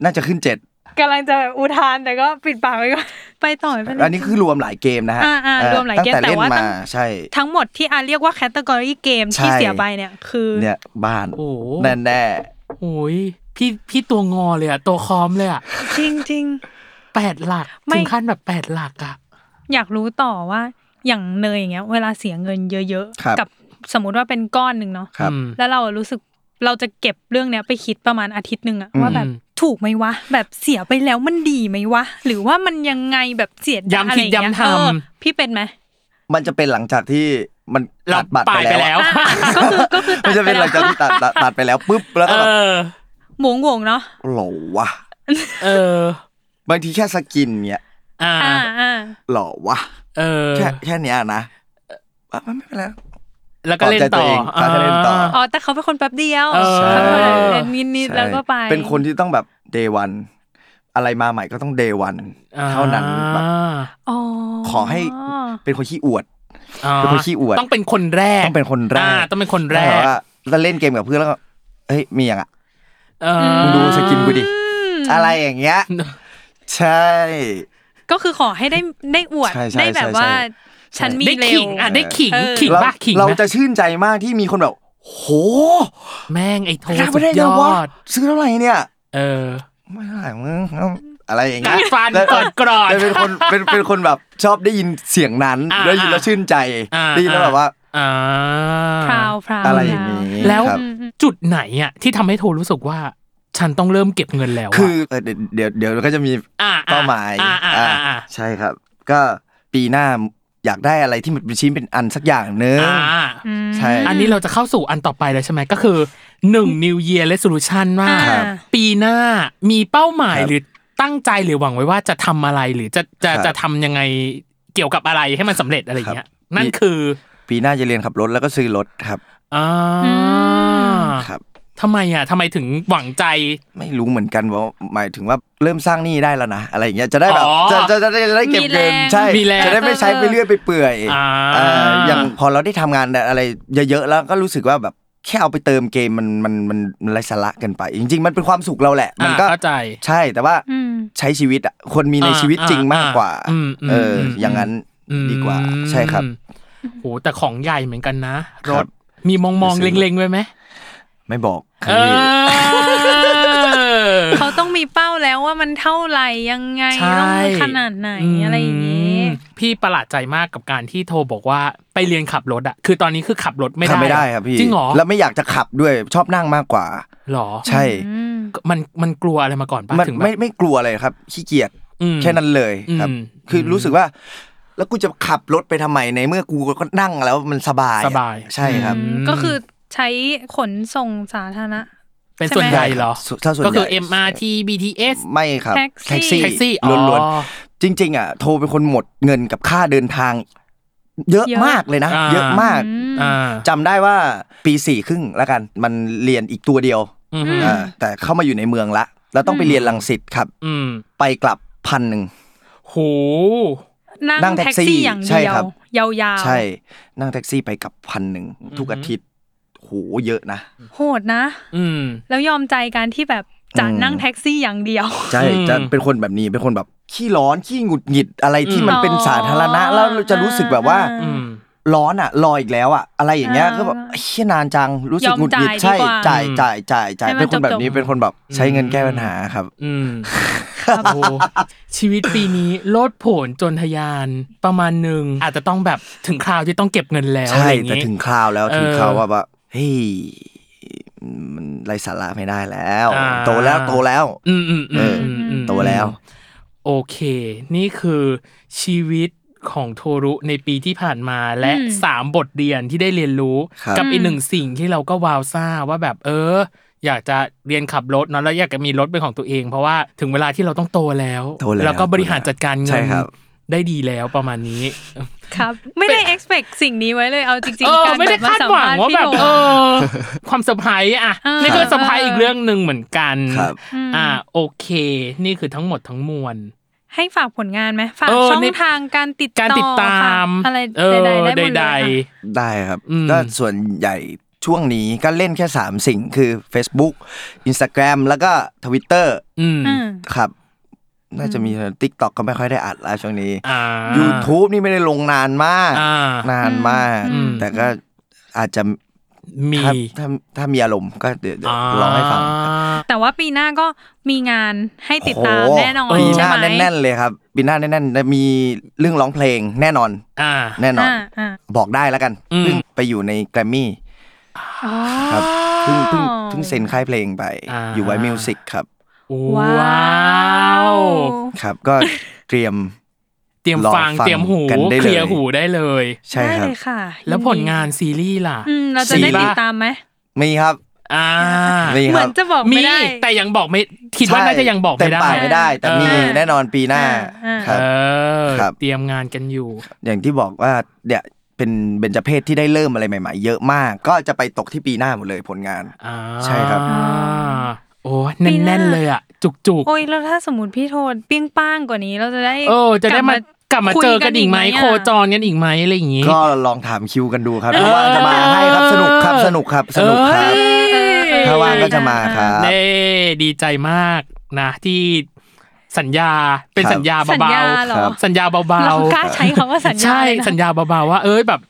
[SPEAKER 3] น่าจะขึ้นเจ็ด
[SPEAKER 2] กำลังจะอุทานแต่ก็ปิดปากไว้ก่อน ไปต่อไม่เป็นไร
[SPEAKER 3] อันนี้คือรวมหลายเกมนะฮะ
[SPEAKER 2] อ่าอ่า
[SPEAKER 3] เออ
[SPEAKER 2] รวมหลายเกม
[SPEAKER 3] ตั้งแต่
[SPEAKER 2] แต่
[SPEAKER 3] เล่น
[SPEAKER 2] ว่าตั้
[SPEAKER 3] มาง ใช่
[SPEAKER 2] ทั้งหมดที่อาเรียกว่าแคตตากรีเกมที่เสียไปเนี่ย คือ
[SPEAKER 3] เนี่ยบ้าน
[SPEAKER 1] โอ้โห
[SPEAKER 3] แน่แน่
[SPEAKER 1] โอ้ยพี่พี่ตัวงอเลยอะตัวคอมเลยอะ
[SPEAKER 2] จริงจริง
[SPEAKER 1] แปดหลัก
[SPEAKER 2] ไม่
[SPEAKER 1] ถึงขั้นแบบแปดหลักอะ
[SPEAKER 2] ๆ อยากรู้ต่อว่าอย่างเนยอย่างเงี้ย เวลาเสียเงินเยอะ
[SPEAKER 3] ครับ
[SPEAKER 2] ๆ กับสมมติว่าเป็นก้อนหนึ่งเนาะ
[SPEAKER 3] ครับ
[SPEAKER 1] อืม
[SPEAKER 2] แล้วเราอะรู้สึกเราจะเก็บเรื่องเนี้ยไปคิดประมาณอาทิตย์หนึ่งอะ
[SPEAKER 3] อืม
[SPEAKER 2] ว่าแบบถูกไหมวะ แบบเสียไปแล้วมันดีไหมวะ หรือว่ามันยังไงแบบเสียดา
[SPEAKER 1] ย้ำ
[SPEAKER 2] อะ
[SPEAKER 1] คิ
[SPEAKER 2] ไร
[SPEAKER 1] ด
[SPEAKER 2] อย่างเงี้ย
[SPEAKER 1] ย้ำทำ
[SPEAKER 2] เออพี่เป็นไหม
[SPEAKER 3] มันจะเป็นหลังจากที่มัน
[SPEAKER 1] เรา
[SPEAKER 3] ตัดบัตร
[SPEAKER 1] ป่า
[SPEAKER 3] ไป
[SPEAKER 1] ยไป
[SPEAKER 3] แล้ว
[SPEAKER 1] แล้ว
[SPEAKER 3] อะ
[SPEAKER 2] อ่ะก็คือก็คือตั
[SPEAKER 3] มัน
[SPEAKER 2] ด
[SPEAKER 3] จะ
[SPEAKER 2] ไป
[SPEAKER 3] เป็นห
[SPEAKER 2] แล้
[SPEAKER 3] ลังจาก
[SPEAKER 2] ว
[SPEAKER 3] ที่ตัดตัดตัดไปแล้วปุ๊บแล้ว
[SPEAKER 1] เอ
[SPEAKER 3] ก็แบบ
[SPEAKER 1] อ
[SPEAKER 2] หมวงหวงๆเนาะ
[SPEAKER 3] โหลวะ
[SPEAKER 1] เออ
[SPEAKER 3] บางทีแค่สกินเนี่ย
[SPEAKER 1] อ่า
[SPEAKER 2] อ่าอ่า
[SPEAKER 3] หล่อวะ
[SPEAKER 1] เออ
[SPEAKER 3] แค่แค่เนี้ยนะอ่ะมันไม่เป็นไร
[SPEAKER 1] แล้วก็เล่น
[SPEAKER 3] ปลอบใจตั
[SPEAKER 1] ต่อ
[SPEAKER 3] วเองปลอบใจตัวเองต่อ
[SPEAKER 2] อ๋อ แต่เขาเป็นคนแป๊บเดียว
[SPEAKER 1] เออ
[SPEAKER 3] ใช่
[SPEAKER 2] เขาเป็นคนแบบนิดนิดๆแล้วก็ไป
[SPEAKER 3] เป็นคนที่ต้องแบบเดวันอะไรมาใหม่ก็ต้องเดวันเท่านั้นแบบ
[SPEAKER 1] อ่า
[SPEAKER 2] อ๋อ
[SPEAKER 3] ขอให้ เป็นคนขี้อวด เป็นคนขี้อวด
[SPEAKER 1] ต้องเป็นคนแรก
[SPEAKER 3] ต้องเป็นคนแรก
[SPEAKER 1] อ่าต้องเป็นคนแร
[SPEAKER 3] ถ้าแบบ
[SPEAKER 1] ก
[SPEAKER 3] ว่าเราเล่นเกมกับเพื่อนแล้วก็เฮ้ยมีอย่างอ่ะ
[SPEAKER 1] เออ
[SPEAKER 3] มึงดูสกินกูดิอะไรอย่างเงี้ยใช่
[SPEAKER 2] ก็คือขอให้ได้ได้อวด
[SPEAKER 3] ใช่ใช่
[SPEAKER 2] ได้แบบว่า
[SPEAKER 3] ใช่ใช่
[SPEAKER 2] ฉันมี
[SPEAKER 1] ได้
[SPEAKER 2] เร็ว
[SPEAKER 1] ขิงอ่ะได้ขิง
[SPEAKER 2] เออ
[SPEAKER 1] ขิง
[SPEAKER 3] เรา
[SPEAKER 1] บ้าขิง
[SPEAKER 3] เรา
[SPEAKER 1] ไหม
[SPEAKER 3] จะชื่นใจมากที่มีคนแบบโห
[SPEAKER 1] แม่งไอ้โทร
[SPEAKER 3] ได้
[SPEAKER 1] สุ
[SPEAKER 3] ไม่ได้
[SPEAKER 1] ด
[SPEAKER 3] ไง
[SPEAKER 1] ยว
[SPEAKER 3] ะ
[SPEAKER 1] อด
[SPEAKER 3] ซื้อเท่าไหร่เนี่ย
[SPEAKER 1] เออ
[SPEAKER 3] ไม่เท่าไหร่มึงอะไรอย่าง
[SPEAKER 1] กัด
[SPEAKER 3] เงี้ย
[SPEAKER 1] ฟัน
[SPEAKER 3] แล้ว
[SPEAKER 1] กอดกรอด
[SPEAKER 3] แล้ว เป็นคนเป็นเป็นคนแบบชอบได้ยินเสียงนั้น
[SPEAKER 1] อ่า
[SPEAKER 3] ได้ยิน
[SPEAKER 1] อ่า
[SPEAKER 3] แล้วชื่นใจ
[SPEAKER 1] อ่า
[SPEAKER 3] ได้ยินแล้วแบบว่า
[SPEAKER 1] อ่า
[SPEAKER 2] พราวพราว
[SPEAKER 3] อะไรอย่างนี้
[SPEAKER 1] แล้ว
[SPEAKER 3] ครับ
[SPEAKER 1] จุดไหนอ่ะที่ทำให้โทรรู้สึกว่า ฉันต้องเริ่มเก็บเงินแล้วะ
[SPEAKER 3] คือเอ่อเดี๋ยวเดี๋ยวเดี๋ยวก็จะมี
[SPEAKER 1] อ่ะ
[SPEAKER 3] เป้าหมาย
[SPEAKER 1] อ่ะอ่ะอ่ะ
[SPEAKER 3] อ่ะ
[SPEAKER 1] อ่ะ
[SPEAKER 3] ใช่ครับ ก็ปีหน้า อยากได้อะไรที่มันเป็นชิ้นเป็นอันสักอย่างหนึง
[SPEAKER 1] อ่า
[SPEAKER 2] อืม
[SPEAKER 3] ใช่
[SPEAKER 1] อันนี้เราจะเข้าสู่อันต่อไปแล้วใช่ไหมก็คือ 1 New Year Resolution ว่า
[SPEAKER 2] ครับ
[SPEAKER 1] ปีหน้ามีเป้าหมาย
[SPEAKER 3] ครับ
[SPEAKER 1] หรือตั้งใจหรือหวังไว้ว่าจะทำอะไรหรือจะจะ
[SPEAKER 3] ครับ
[SPEAKER 1] จะทำยังไงเกี่ยวกับอะไรให้มันสำเร็จอะไรอย่างเงี้ยนั่นคือ
[SPEAKER 3] ปีหน้าจะเรียนขับรถแล้วก็ซื้อรถครับ
[SPEAKER 1] อ่า
[SPEAKER 3] ครับ
[SPEAKER 1] ทำไมอ่ะทำไมถึงหวังใจ
[SPEAKER 3] ไม่รู้เหมือนกันว่าหมายถึงว่าเริ่มสร้างหนี้ได้แล้วนะอะไรอย่างเงี้ยจะได้แบบ
[SPEAKER 1] อ๋อ
[SPEAKER 3] จะจะจะได้จะได้เก็บเงิ
[SPEAKER 2] มี
[SPEAKER 3] น
[SPEAKER 2] แรง
[SPEAKER 3] ใช่
[SPEAKER 1] มีแรง
[SPEAKER 3] จะได้ไม่ใช้ไปเรื่อยไปเปื่อย
[SPEAKER 1] อ่า
[SPEAKER 3] เอ่ออย่างพอเราได้ทำงานอะไรเยอะๆแล้วก็รู้สึกว่าแบบแค่เอาไปเติมเกมมันมันมันมันไร้สาระเกินไป จริง ๆ มันเป็นความสุขเราแหละ มั
[SPEAKER 1] อ่าน
[SPEAKER 3] ก็
[SPEAKER 1] เข้าใจ
[SPEAKER 3] ใช่แต่ว่า
[SPEAKER 2] อืม
[SPEAKER 3] ใช้ชีวิตอะคนมีใน
[SPEAKER 1] อ่า
[SPEAKER 3] ชีวิตจริง
[SPEAKER 1] อ่าม
[SPEAKER 3] มากกว่า
[SPEAKER 1] อืมอืม
[SPEAKER 3] เอออ
[SPEAKER 1] ม
[SPEAKER 3] อย่างนั้น
[SPEAKER 1] อืม
[SPEAKER 3] ดีกว่าใช่ครับ
[SPEAKER 1] โหแต่ของใหญ่เหมือนกันนะ
[SPEAKER 3] ค
[SPEAKER 1] ร
[SPEAKER 3] รับ
[SPEAKER 1] ถมีมองมองๆเล็งๆไว้ไหม
[SPEAKER 3] ไม่บอก
[SPEAKER 1] เอ อ
[SPEAKER 2] เขาต้องมีเป้าแล้วว่ามันเท่าไหร่ยังไง
[SPEAKER 1] ใช่
[SPEAKER 2] ต้องขนาดไหนอะไรอย่างนี้
[SPEAKER 1] อืมพี่ประหลาดใจมากกับการที่โทรบอกว่าไปเรียนขับรถอะคือตอนนี้คือขับรถไม่ได้
[SPEAKER 3] ทำไม่ได้ครับพี่
[SPEAKER 1] จริงเหรอ
[SPEAKER 3] แล้วไม่อยากจะขับด้วยชอบนั่งมากกว่า
[SPEAKER 1] หรอ
[SPEAKER 3] ใช่
[SPEAKER 2] อืม
[SPEAKER 1] มันมันกลัวอะไรมาก่อนปะ
[SPEAKER 3] มัน
[SPEAKER 1] ถึงแบบ
[SPEAKER 3] ไม่ไม่กลัวเลยครับขี้เกียจ
[SPEAKER 1] อืม
[SPEAKER 3] แค่นั้นเลยครับ
[SPEAKER 1] อืม
[SPEAKER 3] คือรู้สึกว่า แล้วกูจะขับรถไปทำไมในเมื่อกูก็นั่งแล้วมันสบายอะ
[SPEAKER 1] สบาย
[SPEAKER 3] ใช่ครับ
[SPEAKER 1] อืม
[SPEAKER 2] ก็คือใช้ขนส่งสาธารณะ
[SPEAKER 1] เป็นส่วนใหญ่เหรอ
[SPEAKER 3] ถ้าส่วน
[SPEAKER 1] ก็คือ
[SPEAKER 3] ใหญ่
[SPEAKER 1] MRT BTS
[SPEAKER 3] ไม่ครับ
[SPEAKER 2] แท็กซี่
[SPEAKER 1] แท็กซี่อ๋อ
[SPEAKER 3] ล้วนๆจริง ๆ อ่ะ โทรเป็นคนหมดเงินกับค่าเดินทาง เยอะ
[SPEAKER 2] เยอะ
[SPEAKER 3] มากเลยนะ
[SPEAKER 1] อ่า
[SPEAKER 3] เยอะมาก
[SPEAKER 2] อืม
[SPEAKER 1] อ่า
[SPEAKER 3] จำได้ว่าปีสี่ครึ่งแล้วกัน มันเรียนอีกตัวเดียว
[SPEAKER 1] อืม
[SPEAKER 3] อ่าแต่เข้ามาอยู่ในเมืองละ แล้วต้องไปเรียนลังสิตครับ
[SPEAKER 1] อืม
[SPEAKER 3] ไปกลับพันหนึ่ง
[SPEAKER 1] โห
[SPEAKER 3] นั่
[SPEAKER 2] นั่
[SPEAKER 3] ง
[SPEAKER 2] ง
[SPEAKER 3] แท็
[SPEAKER 2] แท็
[SPEAKER 3] ก
[SPEAKER 2] ก
[SPEAKER 3] ซี่
[SPEAKER 2] ซี่อย่าง
[SPEAKER 3] ใช่
[SPEAKER 2] เดีย
[SPEAKER 3] ครับ
[SPEAKER 2] วยาว
[SPEAKER 3] ใช่ นั่งแท็กซี่ไปกลับพันหนึ่งทุกอาทิตย์โหเยอะนะ
[SPEAKER 2] ๆโหดนะ
[SPEAKER 1] อืม
[SPEAKER 2] แล้วยอมใจการที่แบบจะ
[SPEAKER 3] อืม
[SPEAKER 2] นั่งแท็กซี่อย่างเดียว
[SPEAKER 3] ใช่
[SPEAKER 1] อืม
[SPEAKER 3] จะเป็นคนแบบนี้เป็นคนแบบขี้ร้อนขี้หงุดหงิดอะไรที่
[SPEAKER 1] อืม
[SPEAKER 3] มันเป็นสาธารณะ แล้วเราจะรู้สึกแบบว่า
[SPEAKER 1] อืม
[SPEAKER 3] ร้อนอ่ะรออีกแล้วอ่ะอะไรอย่างเงี้ย
[SPEAKER 2] อ่า
[SPEAKER 3] ก็แบบเฮียนานจังรู้สึก
[SPEAKER 2] ยอม
[SPEAKER 3] หงุดหงิดใช่
[SPEAKER 2] จ่ายดีกว่า
[SPEAKER 3] จ่ายจ่ายจ่ายจ่าย
[SPEAKER 2] ให้มัน
[SPEAKER 3] เป็นคนแบบนี้
[SPEAKER 2] จบๆ
[SPEAKER 3] เป็นคนแบบใช้เงินแก้ปัญหาครับ
[SPEAKER 1] อืมโอ้ชีวิตปีนี้โลดโผนจนทะยานประมาณหนึ่งอาจจะต้องแบบถึงคราวที่ต้องเก็บเงินแล้วอะ
[SPEAKER 3] ใช่
[SPEAKER 1] ไรอย่าง
[SPEAKER 3] แต่
[SPEAKER 1] งี้
[SPEAKER 3] ถึงคราวแล้ว
[SPEAKER 1] เออ
[SPEAKER 3] ถึงคราวว่าแบบเฮ้ยมันไรสาระไม่ได้แล้ว
[SPEAKER 1] อ่า
[SPEAKER 3] โตแล้วโตแล้ว
[SPEAKER 1] อืมอืมอืมอืมอืม
[SPEAKER 3] โตแล้ว
[SPEAKER 1] โอเค นี่คือชีวิตของโทรุในปีที่ผ่านมาและ
[SPEAKER 2] อืม
[SPEAKER 1] สามบทเรียนที่ได้เรียนรู้
[SPEAKER 3] ครับ
[SPEAKER 1] กับอีกหนึ่งสิ่งที่เราก็วาวซ่าว่าแบบเออ อยากจะเรียนขับรถเนาะแล้วอยากจะมีรถเป็นของตัวเอง เพราะว่าถึงเวลาที่เราต้องโตแล้ว
[SPEAKER 3] โตแล้ว
[SPEAKER 1] ก็บริหารจัดการเงิ
[SPEAKER 3] ใช่
[SPEAKER 1] น
[SPEAKER 3] ครับ
[SPEAKER 1] ได้ดีแล้วประมาณนี้
[SPEAKER 2] ครับ ไม่ได้ expect สิ่งนี้ไว้เลยเอาจริง
[SPEAKER 1] เอ
[SPEAKER 2] ๆ
[SPEAKER 1] อ
[SPEAKER 2] การ
[SPEAKER 1] ไม่ได้
[SPEAKER 2] แบบมา
[SPEAKER 1] คาด
[SPEAKER 2] สัม
[SPEAKER 1] หวัง
[SPEAKER 2] ภาษณ์
[SPEAKER 1] ว่า
[SPEAKER 2] พี่
[SPEAKER 1] แบบ
[SPEAKER 2] โท
[SPEAKER 1] เออ ความเซอร์ไพรส์อ่ะ
[SPEAKER 2] อ่า
[SPEAKER 1] นี่ก็เซอร์ไพรส์
[SPEAKER 2] เอออี
[SPEAKER 1] อีกเรื่องหนึ่งเหมือนกัน
[SPEAKER 3] ครับ
[SPEAKER 1] อ่าโอเค นี่คือทั้งหมดทั้งมวล
[SPEAKER 2] ให้ฝากผลงานไหมฝาก
[SPEAKER 1] เออ
[SPEAKER 2] ช่อง
[SPEAKER 1] ใน
[SPEAKER 2] ทางการติด
[SPEAKER 1] การติดตา
[SPEAKER 2] ฝก
[SPEAKER 1] ม
[SPEAKER 2] อะไร
[SPEAKER 1] เอ
[SPEAKER 2] ใด
[SPEAKER 1] อ
[SPEAKER 2] ๆได้หมดเลย
[SPEAKER 1] ใด
[SPEAKER 2] ค่ะ
[SPEAKER 3] ได้ครับ
[SPEAKER 1] อืม
[SPEAKER 3] ก็ส่วนใหญ่ช่วงนี้ก็เล่นแค่ 3 สิ่งคือ Facebook Instagram แล้วก็ Twitter
[SPEAKER 1] ๆ อืม
[SPEAKER 2] อืม
[SPEAKER 3] ครับ น่าจะมี TikTok ก็ไม่ค่อยได้อัดแล้วช่วงนี้
[SPEAKER 1] อ่า
[SPEAKER 3] YouTube นี่ไม่ได้ลงนานมาก
[SPEAKER 1] อ่าน
[SPEAKER 3] านมาก
[SPEAKER 1] อืม
[SPEAKER 3] แต่ก็อาจจะ
[SPEAKER 1] มี
[SPEAKER 3] ถ้าถ้าถ้ามีอารมณ์ก็เดี๋ยวเดี๋ยวลองให้ฟังครับ
[SPEAKER 1] อ่า
[SPEAKER 2] แต่ว่าปีหน้าก็มีงานให้ติดตาม
[SPEAKER 3] โโห
[SPEAKER 2] แน่นอน
[SPEAKER 3] ปีห
[SPEAKER 2] ใช่
[SPEAKER 3] น้า
[SPEAKER 2] ไหม
[SPEAKER 3] แน่น ๆ เลยครับปีหน้าแน่นๆจะมีเรื่องร้องเพลงแน่นอน
[SPEAKER 1] อ่า
[SPEAKER 3] แน่นอน
[SPEAKER 2] าอ่า
[SPEAKER 3] บอกได้แล้วกัน
[SPEAKER 1] อืม
[SPEAKER 3] เพิ่งไปอยู่ในแกรมมี่
[SPEAKER 2] อ๋อ
[SPEAKER 3] ครับเพิ่งเพิ่งเพิ่งเซ็นค่ายเพลงไป
[SPEAKER 1] อ่า
[SPEAKER 3] อยู่ไว้มิวสิกครับ
[SPEAKER 1] ว้าว
[SPEAKER 3] ครับ ก็ เตรียม
[SPEAKER 1] เตรียมฟัง
[SPEAKER 3] รอฟัง
[SPEAKER 1] เตรียมหู
[SPEAKER 3] กันได้เลย
[SPEAKER 1] เคลียร์หูได้เลย
[SPEAKER 3] ใช่
[SPEAKER 2] ได้
[SPEAKER 3] ครับ
[SPEAKER 2] เลยค่ะ
[SPEAKER 1] แล้ว
[SPEAKER 2] ยินดี
[SPEAKER 1] ผลงานซีรีส์ล่ะ
[SPEAKER 2] อืมเราจะได้
[SPEAKER 3] สีบ้า
[SPEAKER 2] ติดตามไหม
[SPEAKER 3] มีครับ
[SPEAKER 1] อ่า
[SPEAKER 3] มี
[SPEAKER 2] เห
[SPEAKER 3] ค
[SPEAKER 2] มื
[SPEAKER 3] รั
[SPEAKER 2] อนจะบอก
[SPEAKER 1] มี
[SPEAKER 2] ไม่ได้
[SPEAKER 1] แต่ยังบอกไม่คิดว่า
[SPEAKER 3] ใช่
[SPEAKER 1] น่าจะยังบอก
[SPEAKER 3] เต็
[SPEAKER 1] ไม่ได้
[SPEAKER 3] มปากไม่ได้ แต่มี
[SPEAKER 1] เออ
[SPEAKER 3] แน่นอนปีหน้า
[SPEAKER 2] อ่า
[SPEAKER 3] ครับ
[SPEAKER 1] เออ
[SPEAKER 3] ครับ
[SPEAKER 1] เตรียมงานกันอยู่
[SPEAKER 3] อย่างที่บอกว่าเนี่ยเป็นเบญจเพศที่ได้เริ่มอะไรใหม่ๆ เยอะมาก ก็จะไปตกที่ปีหน้าหมดเลยผลงาน
[SPEAKER 1] อ่า
[SPEAKER 3] ใช่ครับ
[SPEAKER 1] โอ้แน่นๆเลยอ่ะ จุกจุกๆ
[SPEAKER 2] โอ้ยแล้วถ้าสมมติพี่โทนเปี้ยงป้างกว่านี้เราจะได้
[SPEAKER 1] เออ จะได้มาก ก
[SPEAKER 2] ลั
[SPEAKER 1] ลั
[SPEAKER 2] บบ มา
[SPEAKER 1] มาเจอกันอีกไหม
[SPEAKER 2] คุยกั
[SPEAKER 1] โคจรกันอีกไหมอะไรอย่างงี้
[SPEAKER 3] ก็ลองถามคิวกันดูครับ
[SPEAKER 1] เออ
[SPEAKER 3] ถ้าว่างจะมาให้ครับสนุกครับสนุกครับสนุกครับ
[SPEAKER 2] เออเออ
[SPEAKER 3] ถ้าว่างก็จะมาครับ
[SPEAKER 1] เน่ดีใจมากนะที่สัญญาเป็น
[SPEAKER 3] ครับ
[SPEAKER 1] สัญญา
[SPEAKER 2] สัญ
[SPEAKER 1] เบา
[SPEAKER 2] ญาเหรอ
[SPEAKER 3] ครับ
[SPEAKER 1] ๆสัญญาเบา
[SPEAKER 2] เรากล้า
[SPEAKER 1] ๆ
[SPEAKER 2] ใช้คำว่าสัญญา
[SPEAKER 1] ใช่
[SPEAKER 2] เลยนะ
[SPEAKER 1] สัญญาเบาๆว่า เอ้ยแบบ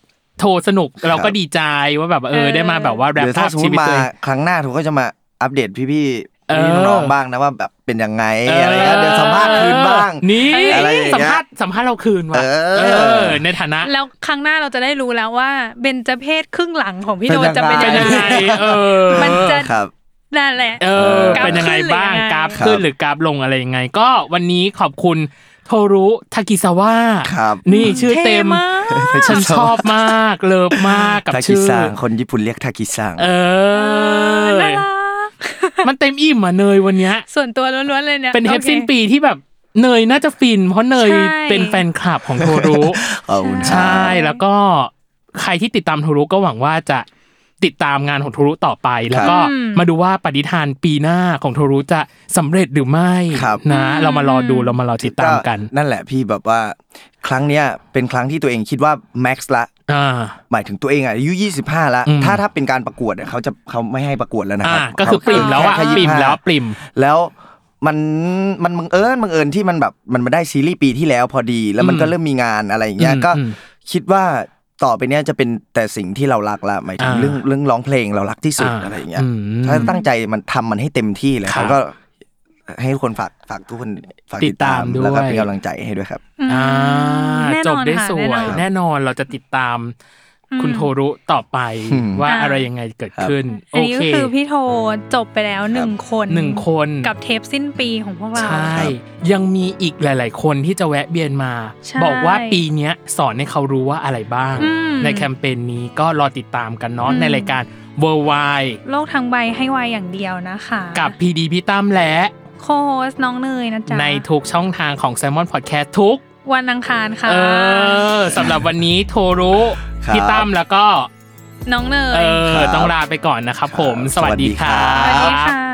[SPEAKER 1] โทรสนุกเราก็ดีใจว่าแบบเออ
[SPEAKER 2] เออ
[SPEAKER 1] ได้มาแบบว่าแรป
[SPEAKER 3] เดี๋ยวถ้าสมม
[SPEAKER 1] ชี
[SPEAKER 3] ติ
[SPEAKER 1] วิต
[SPEAKER 3] มา
[SPEAKER 1] ตัวเอง
[SPEAKER 3] ครั้งหน้าถูกก็จะมาอัปเดตพี่ๆพี่
[SPEAKER 1] เออ
[SPEAKER 3] น้องๆบ้างนะว่าแบบเป็นยังไงอะไรเงี้ยเดี๋ยวสัมภาษณ์คืนบ้าง
[SPEAKER 1] นี่
[SPEAKER 3] อะไรอย่างเงี้ย
[SPEAKER 1] สัมภาษณ์สัมภาษณ์เราคืนว่ะ
[SPEAKER 3] เออ
[SPEAKER 1] เออ ในฐานะ
[SPEAKER 2] แล้วครั้งหน้าเราจะได้รู้แล้วว่าเบนจเพศครึ่งหลังของพี่โทน
[SPEAKER 3] เป็
[SPEAKER 2] จะ
[SPEAKER 3] นยั
[SPEAKER 2] เป็น
[SPEAKER 3] งไง
[SPEAKER 2] ยังไง
[SPEAKER 1] เออ
[SPEAKER 2] มันจะ
[SPEAKER 3] ครับ
[SPEAKER 2] นั่นแหละ
[SPEAKER 1] เออ
[SPEAKER 3] กราฟ
[SPEAKER 1] เป็นยังไงบ้าง
[SPEAKER 2] ขึ้นหรือยังไง
[SPEAKER 1] กราฟ
[SPEAKER 3] ครับ
[SPEAKER 1] ขึ้นหรือกราฟลงอะไรยังไง ก็วันนี้ขอบคุณ โทรุทากิซาวะ
[SPEAKER 3] ครับ
[SPEAKER 1] นี่ชื่อเต็
[SPEAKER 2] ท่มาก
[SPEAKER 1] ฉันชอบมาก เลิฟมากกับ
[SPEAKER 3] ทากิ
[SPEAKER 1] ชื่อ
[SPEAKER 3] ซังคนญี่ปุ่นเรียกทากิซัง
[SPEAKER 1] เออ
[SPEAKER 2] น่ารัก
[SPEAKER 1] มันเต็มอิ่มอ่ะเนยวันเนี้ย
[SPEAKER 2] ส่วนตัวล้วนๆเลยเนี่ย
[SPEAKER 1] เป็นเทป
[SPEAKER 2] โอค
[SPEAKER 1] สิ้นปีที่แบบเนยน่าจะฟิน เพราะเนย
[SPEAKER 2] ใช่
[SPEAKER 1] เป็นแฟนคลับของโทรุ
[SPEAKER 3] เอาหนะ
[SPEAKER 1] ใช่ แล้วก็ใครที่ติดตามโทรุก็หวังว่าจะติดตามงานของโทรุต่อไป แล้วก็มาดูว่าปฏิทานปีหน้าของโทรุจะสำเร็จหรือไม่นะ เรามารอดูเรามารอติดตามกัน
[SPEAKER 3] นั่นแหละพี่แบบว่า ครั้งเนี้ยเป็นครั้งที่ตัวเองคิดว่าแม็กซ์ละ
[SPEAKER 1] อ่า
[SPEAKER 3] หมายถึงตัวเองอะอายุ 25 แล้ว
[SPEAKER 1] อืม
[SPEAKER 3] ถ้าถ้าเป็นการประกวดอะเขาจะเขาไม่ให้ประกวดแล้วนะค
[SPEAKER 1] อ่า
[SPEAKER 3] รับ
[SPEAKER 1] ก็คือปริ่มแล้วอ่ะ
[SPEAKER 3] ค่
[SPEAKER 1] ปริ่ม
[SPEAKER 3] 25
[SPEAKER 1] แล้วปริ่ม
[SPEAKER 3] แล้วมันมันบังเอิญบังเอิญที่มันแบบมันมาได้ซีรีส์ปีที่แล้วพอดี แล้วมันก็เริ่มมีงานอะไรอย่างเงี้ย
[SPEAKER 1] อืม
[SPEAKER 3] ก็
[SPEAKER 1] อืม
[SPEAKER 3] คิดว่าต่อไปเนี้ยจะเป็นแต่สิ่งที่เรารักละหมายถึง
[SPEAKER 1] อ่า
[SPEAKER 3] เรื่องเรื่องร้องเพลงเรารักที่สุด
[SPEAKER 1] อ่า
[SPEAKER 3] อะไรอย่างเงี้ย
[SPEAKER 1] อืม
[SPEAKER 3] ถ้าตั้งใจมันทำมันให้เต็มที่เล
[SPEAKER 1] ค
[SPEAKER 3] ย
[SPEAKER 1] รับ
[SPEAKER 3] เขาก็ให้ทุกคนฝากฝากทุกคนฝาก
[SPEAKER 1] ติ
[SPEAKER 3] ติ
[SPEAKER 1] ด
[SPEAKER 3] ด
[SPEAKER 1] ตา
[SPEAKER 3] ตาม ม
[SPEAKER 1] ด้วย
[SPEAKER 3] แล้วก็เป็นกำลังใจให้ด้วยครับ
[SPEAKER 2] อืม
[SPEAKER 1] อ่า
[SPEAKER 2] แน่นอน
[SPEAKER 1] จบได้
[SPEAKER 2] ค่ะ
[SPEAKER 1] สว
[SPEAKER 2] แน่
[SPEAKER 1] ย
[SPEAKER 2] นอน
[SPEAKER 1] แน่นอนเราจะติดตาม คุณโทรุต่อไป
[SPEAKER 3] อืม
[SPEAKER 1] ว่า
[SPEAKER 2] อ่า
[SPEAKER 1] อะไรยังไงเกิดขึ้น
[SPEAKER 2] อั
[SPEAKER 1] โอน
[SPEAKER 2] นี้
[SPEAKER 1] เค
[SPEAKER 2] ก็คือพี่โทจบไปแล้วหนึ่งคน
[SPEAKER 1] หนึ่งคน
[SPEAKER 2] กับเทปสิ้นปีของพวกเรา
[SPEAKER 1] ใช่ ยังมีอีกหลาย ๆ คนที่จะแวะเวียนมา
[SPEAKER 2] ใช่
[SPEAKER 1] บอกว่าปีเนี้ยสอนให้เขารู้ว่าอะไรบ้าง
[SPEAKER 2] อืม
[SPEAKER 1] ในแคมเปญนี้ก็รอติดตามกันเนาะ
[SPEAKER 2] อืม
[SPEAKER 1] ในรายการ w o r l d w i d e
[SPEAKER 2] โลกทั้งใบให้วายอย่างเดียวนะคะ
[SPEAKER 1] กับพีดีพี่ตั้มและ
[SPEAKER 2] โคโฮสน้องเนยนะจ๊ะ
[SPEAKER 1] ในทุกช่องทางของ s ซ l m o n Podcast ทุก
[SPEAKER 2] วันอังคารค่ะ
[SPEAKER 1] เออสำหรับวันนี้โทรุ
[SPEAKER 3] ครับ
[SPEAKER 1] พี่ตั้มแล้วก็
[SPEAKER 2] น้องเนย
[SPEAKER 1] เอ
[SPEAKER 2] ส
[SPEAKER 1] อ
[SPEAKER 3] ครับ
[SPEAKER 1] ต้องลาไปก่อนนะครับผม
[SPEAKER 3] ครับ
[SPEAKER 1] สวัสดีครั
[SPEAKER 3] สวัสดี
[SPEAKER 1] บ
[SPEAKER 2] วัสดีค่ะ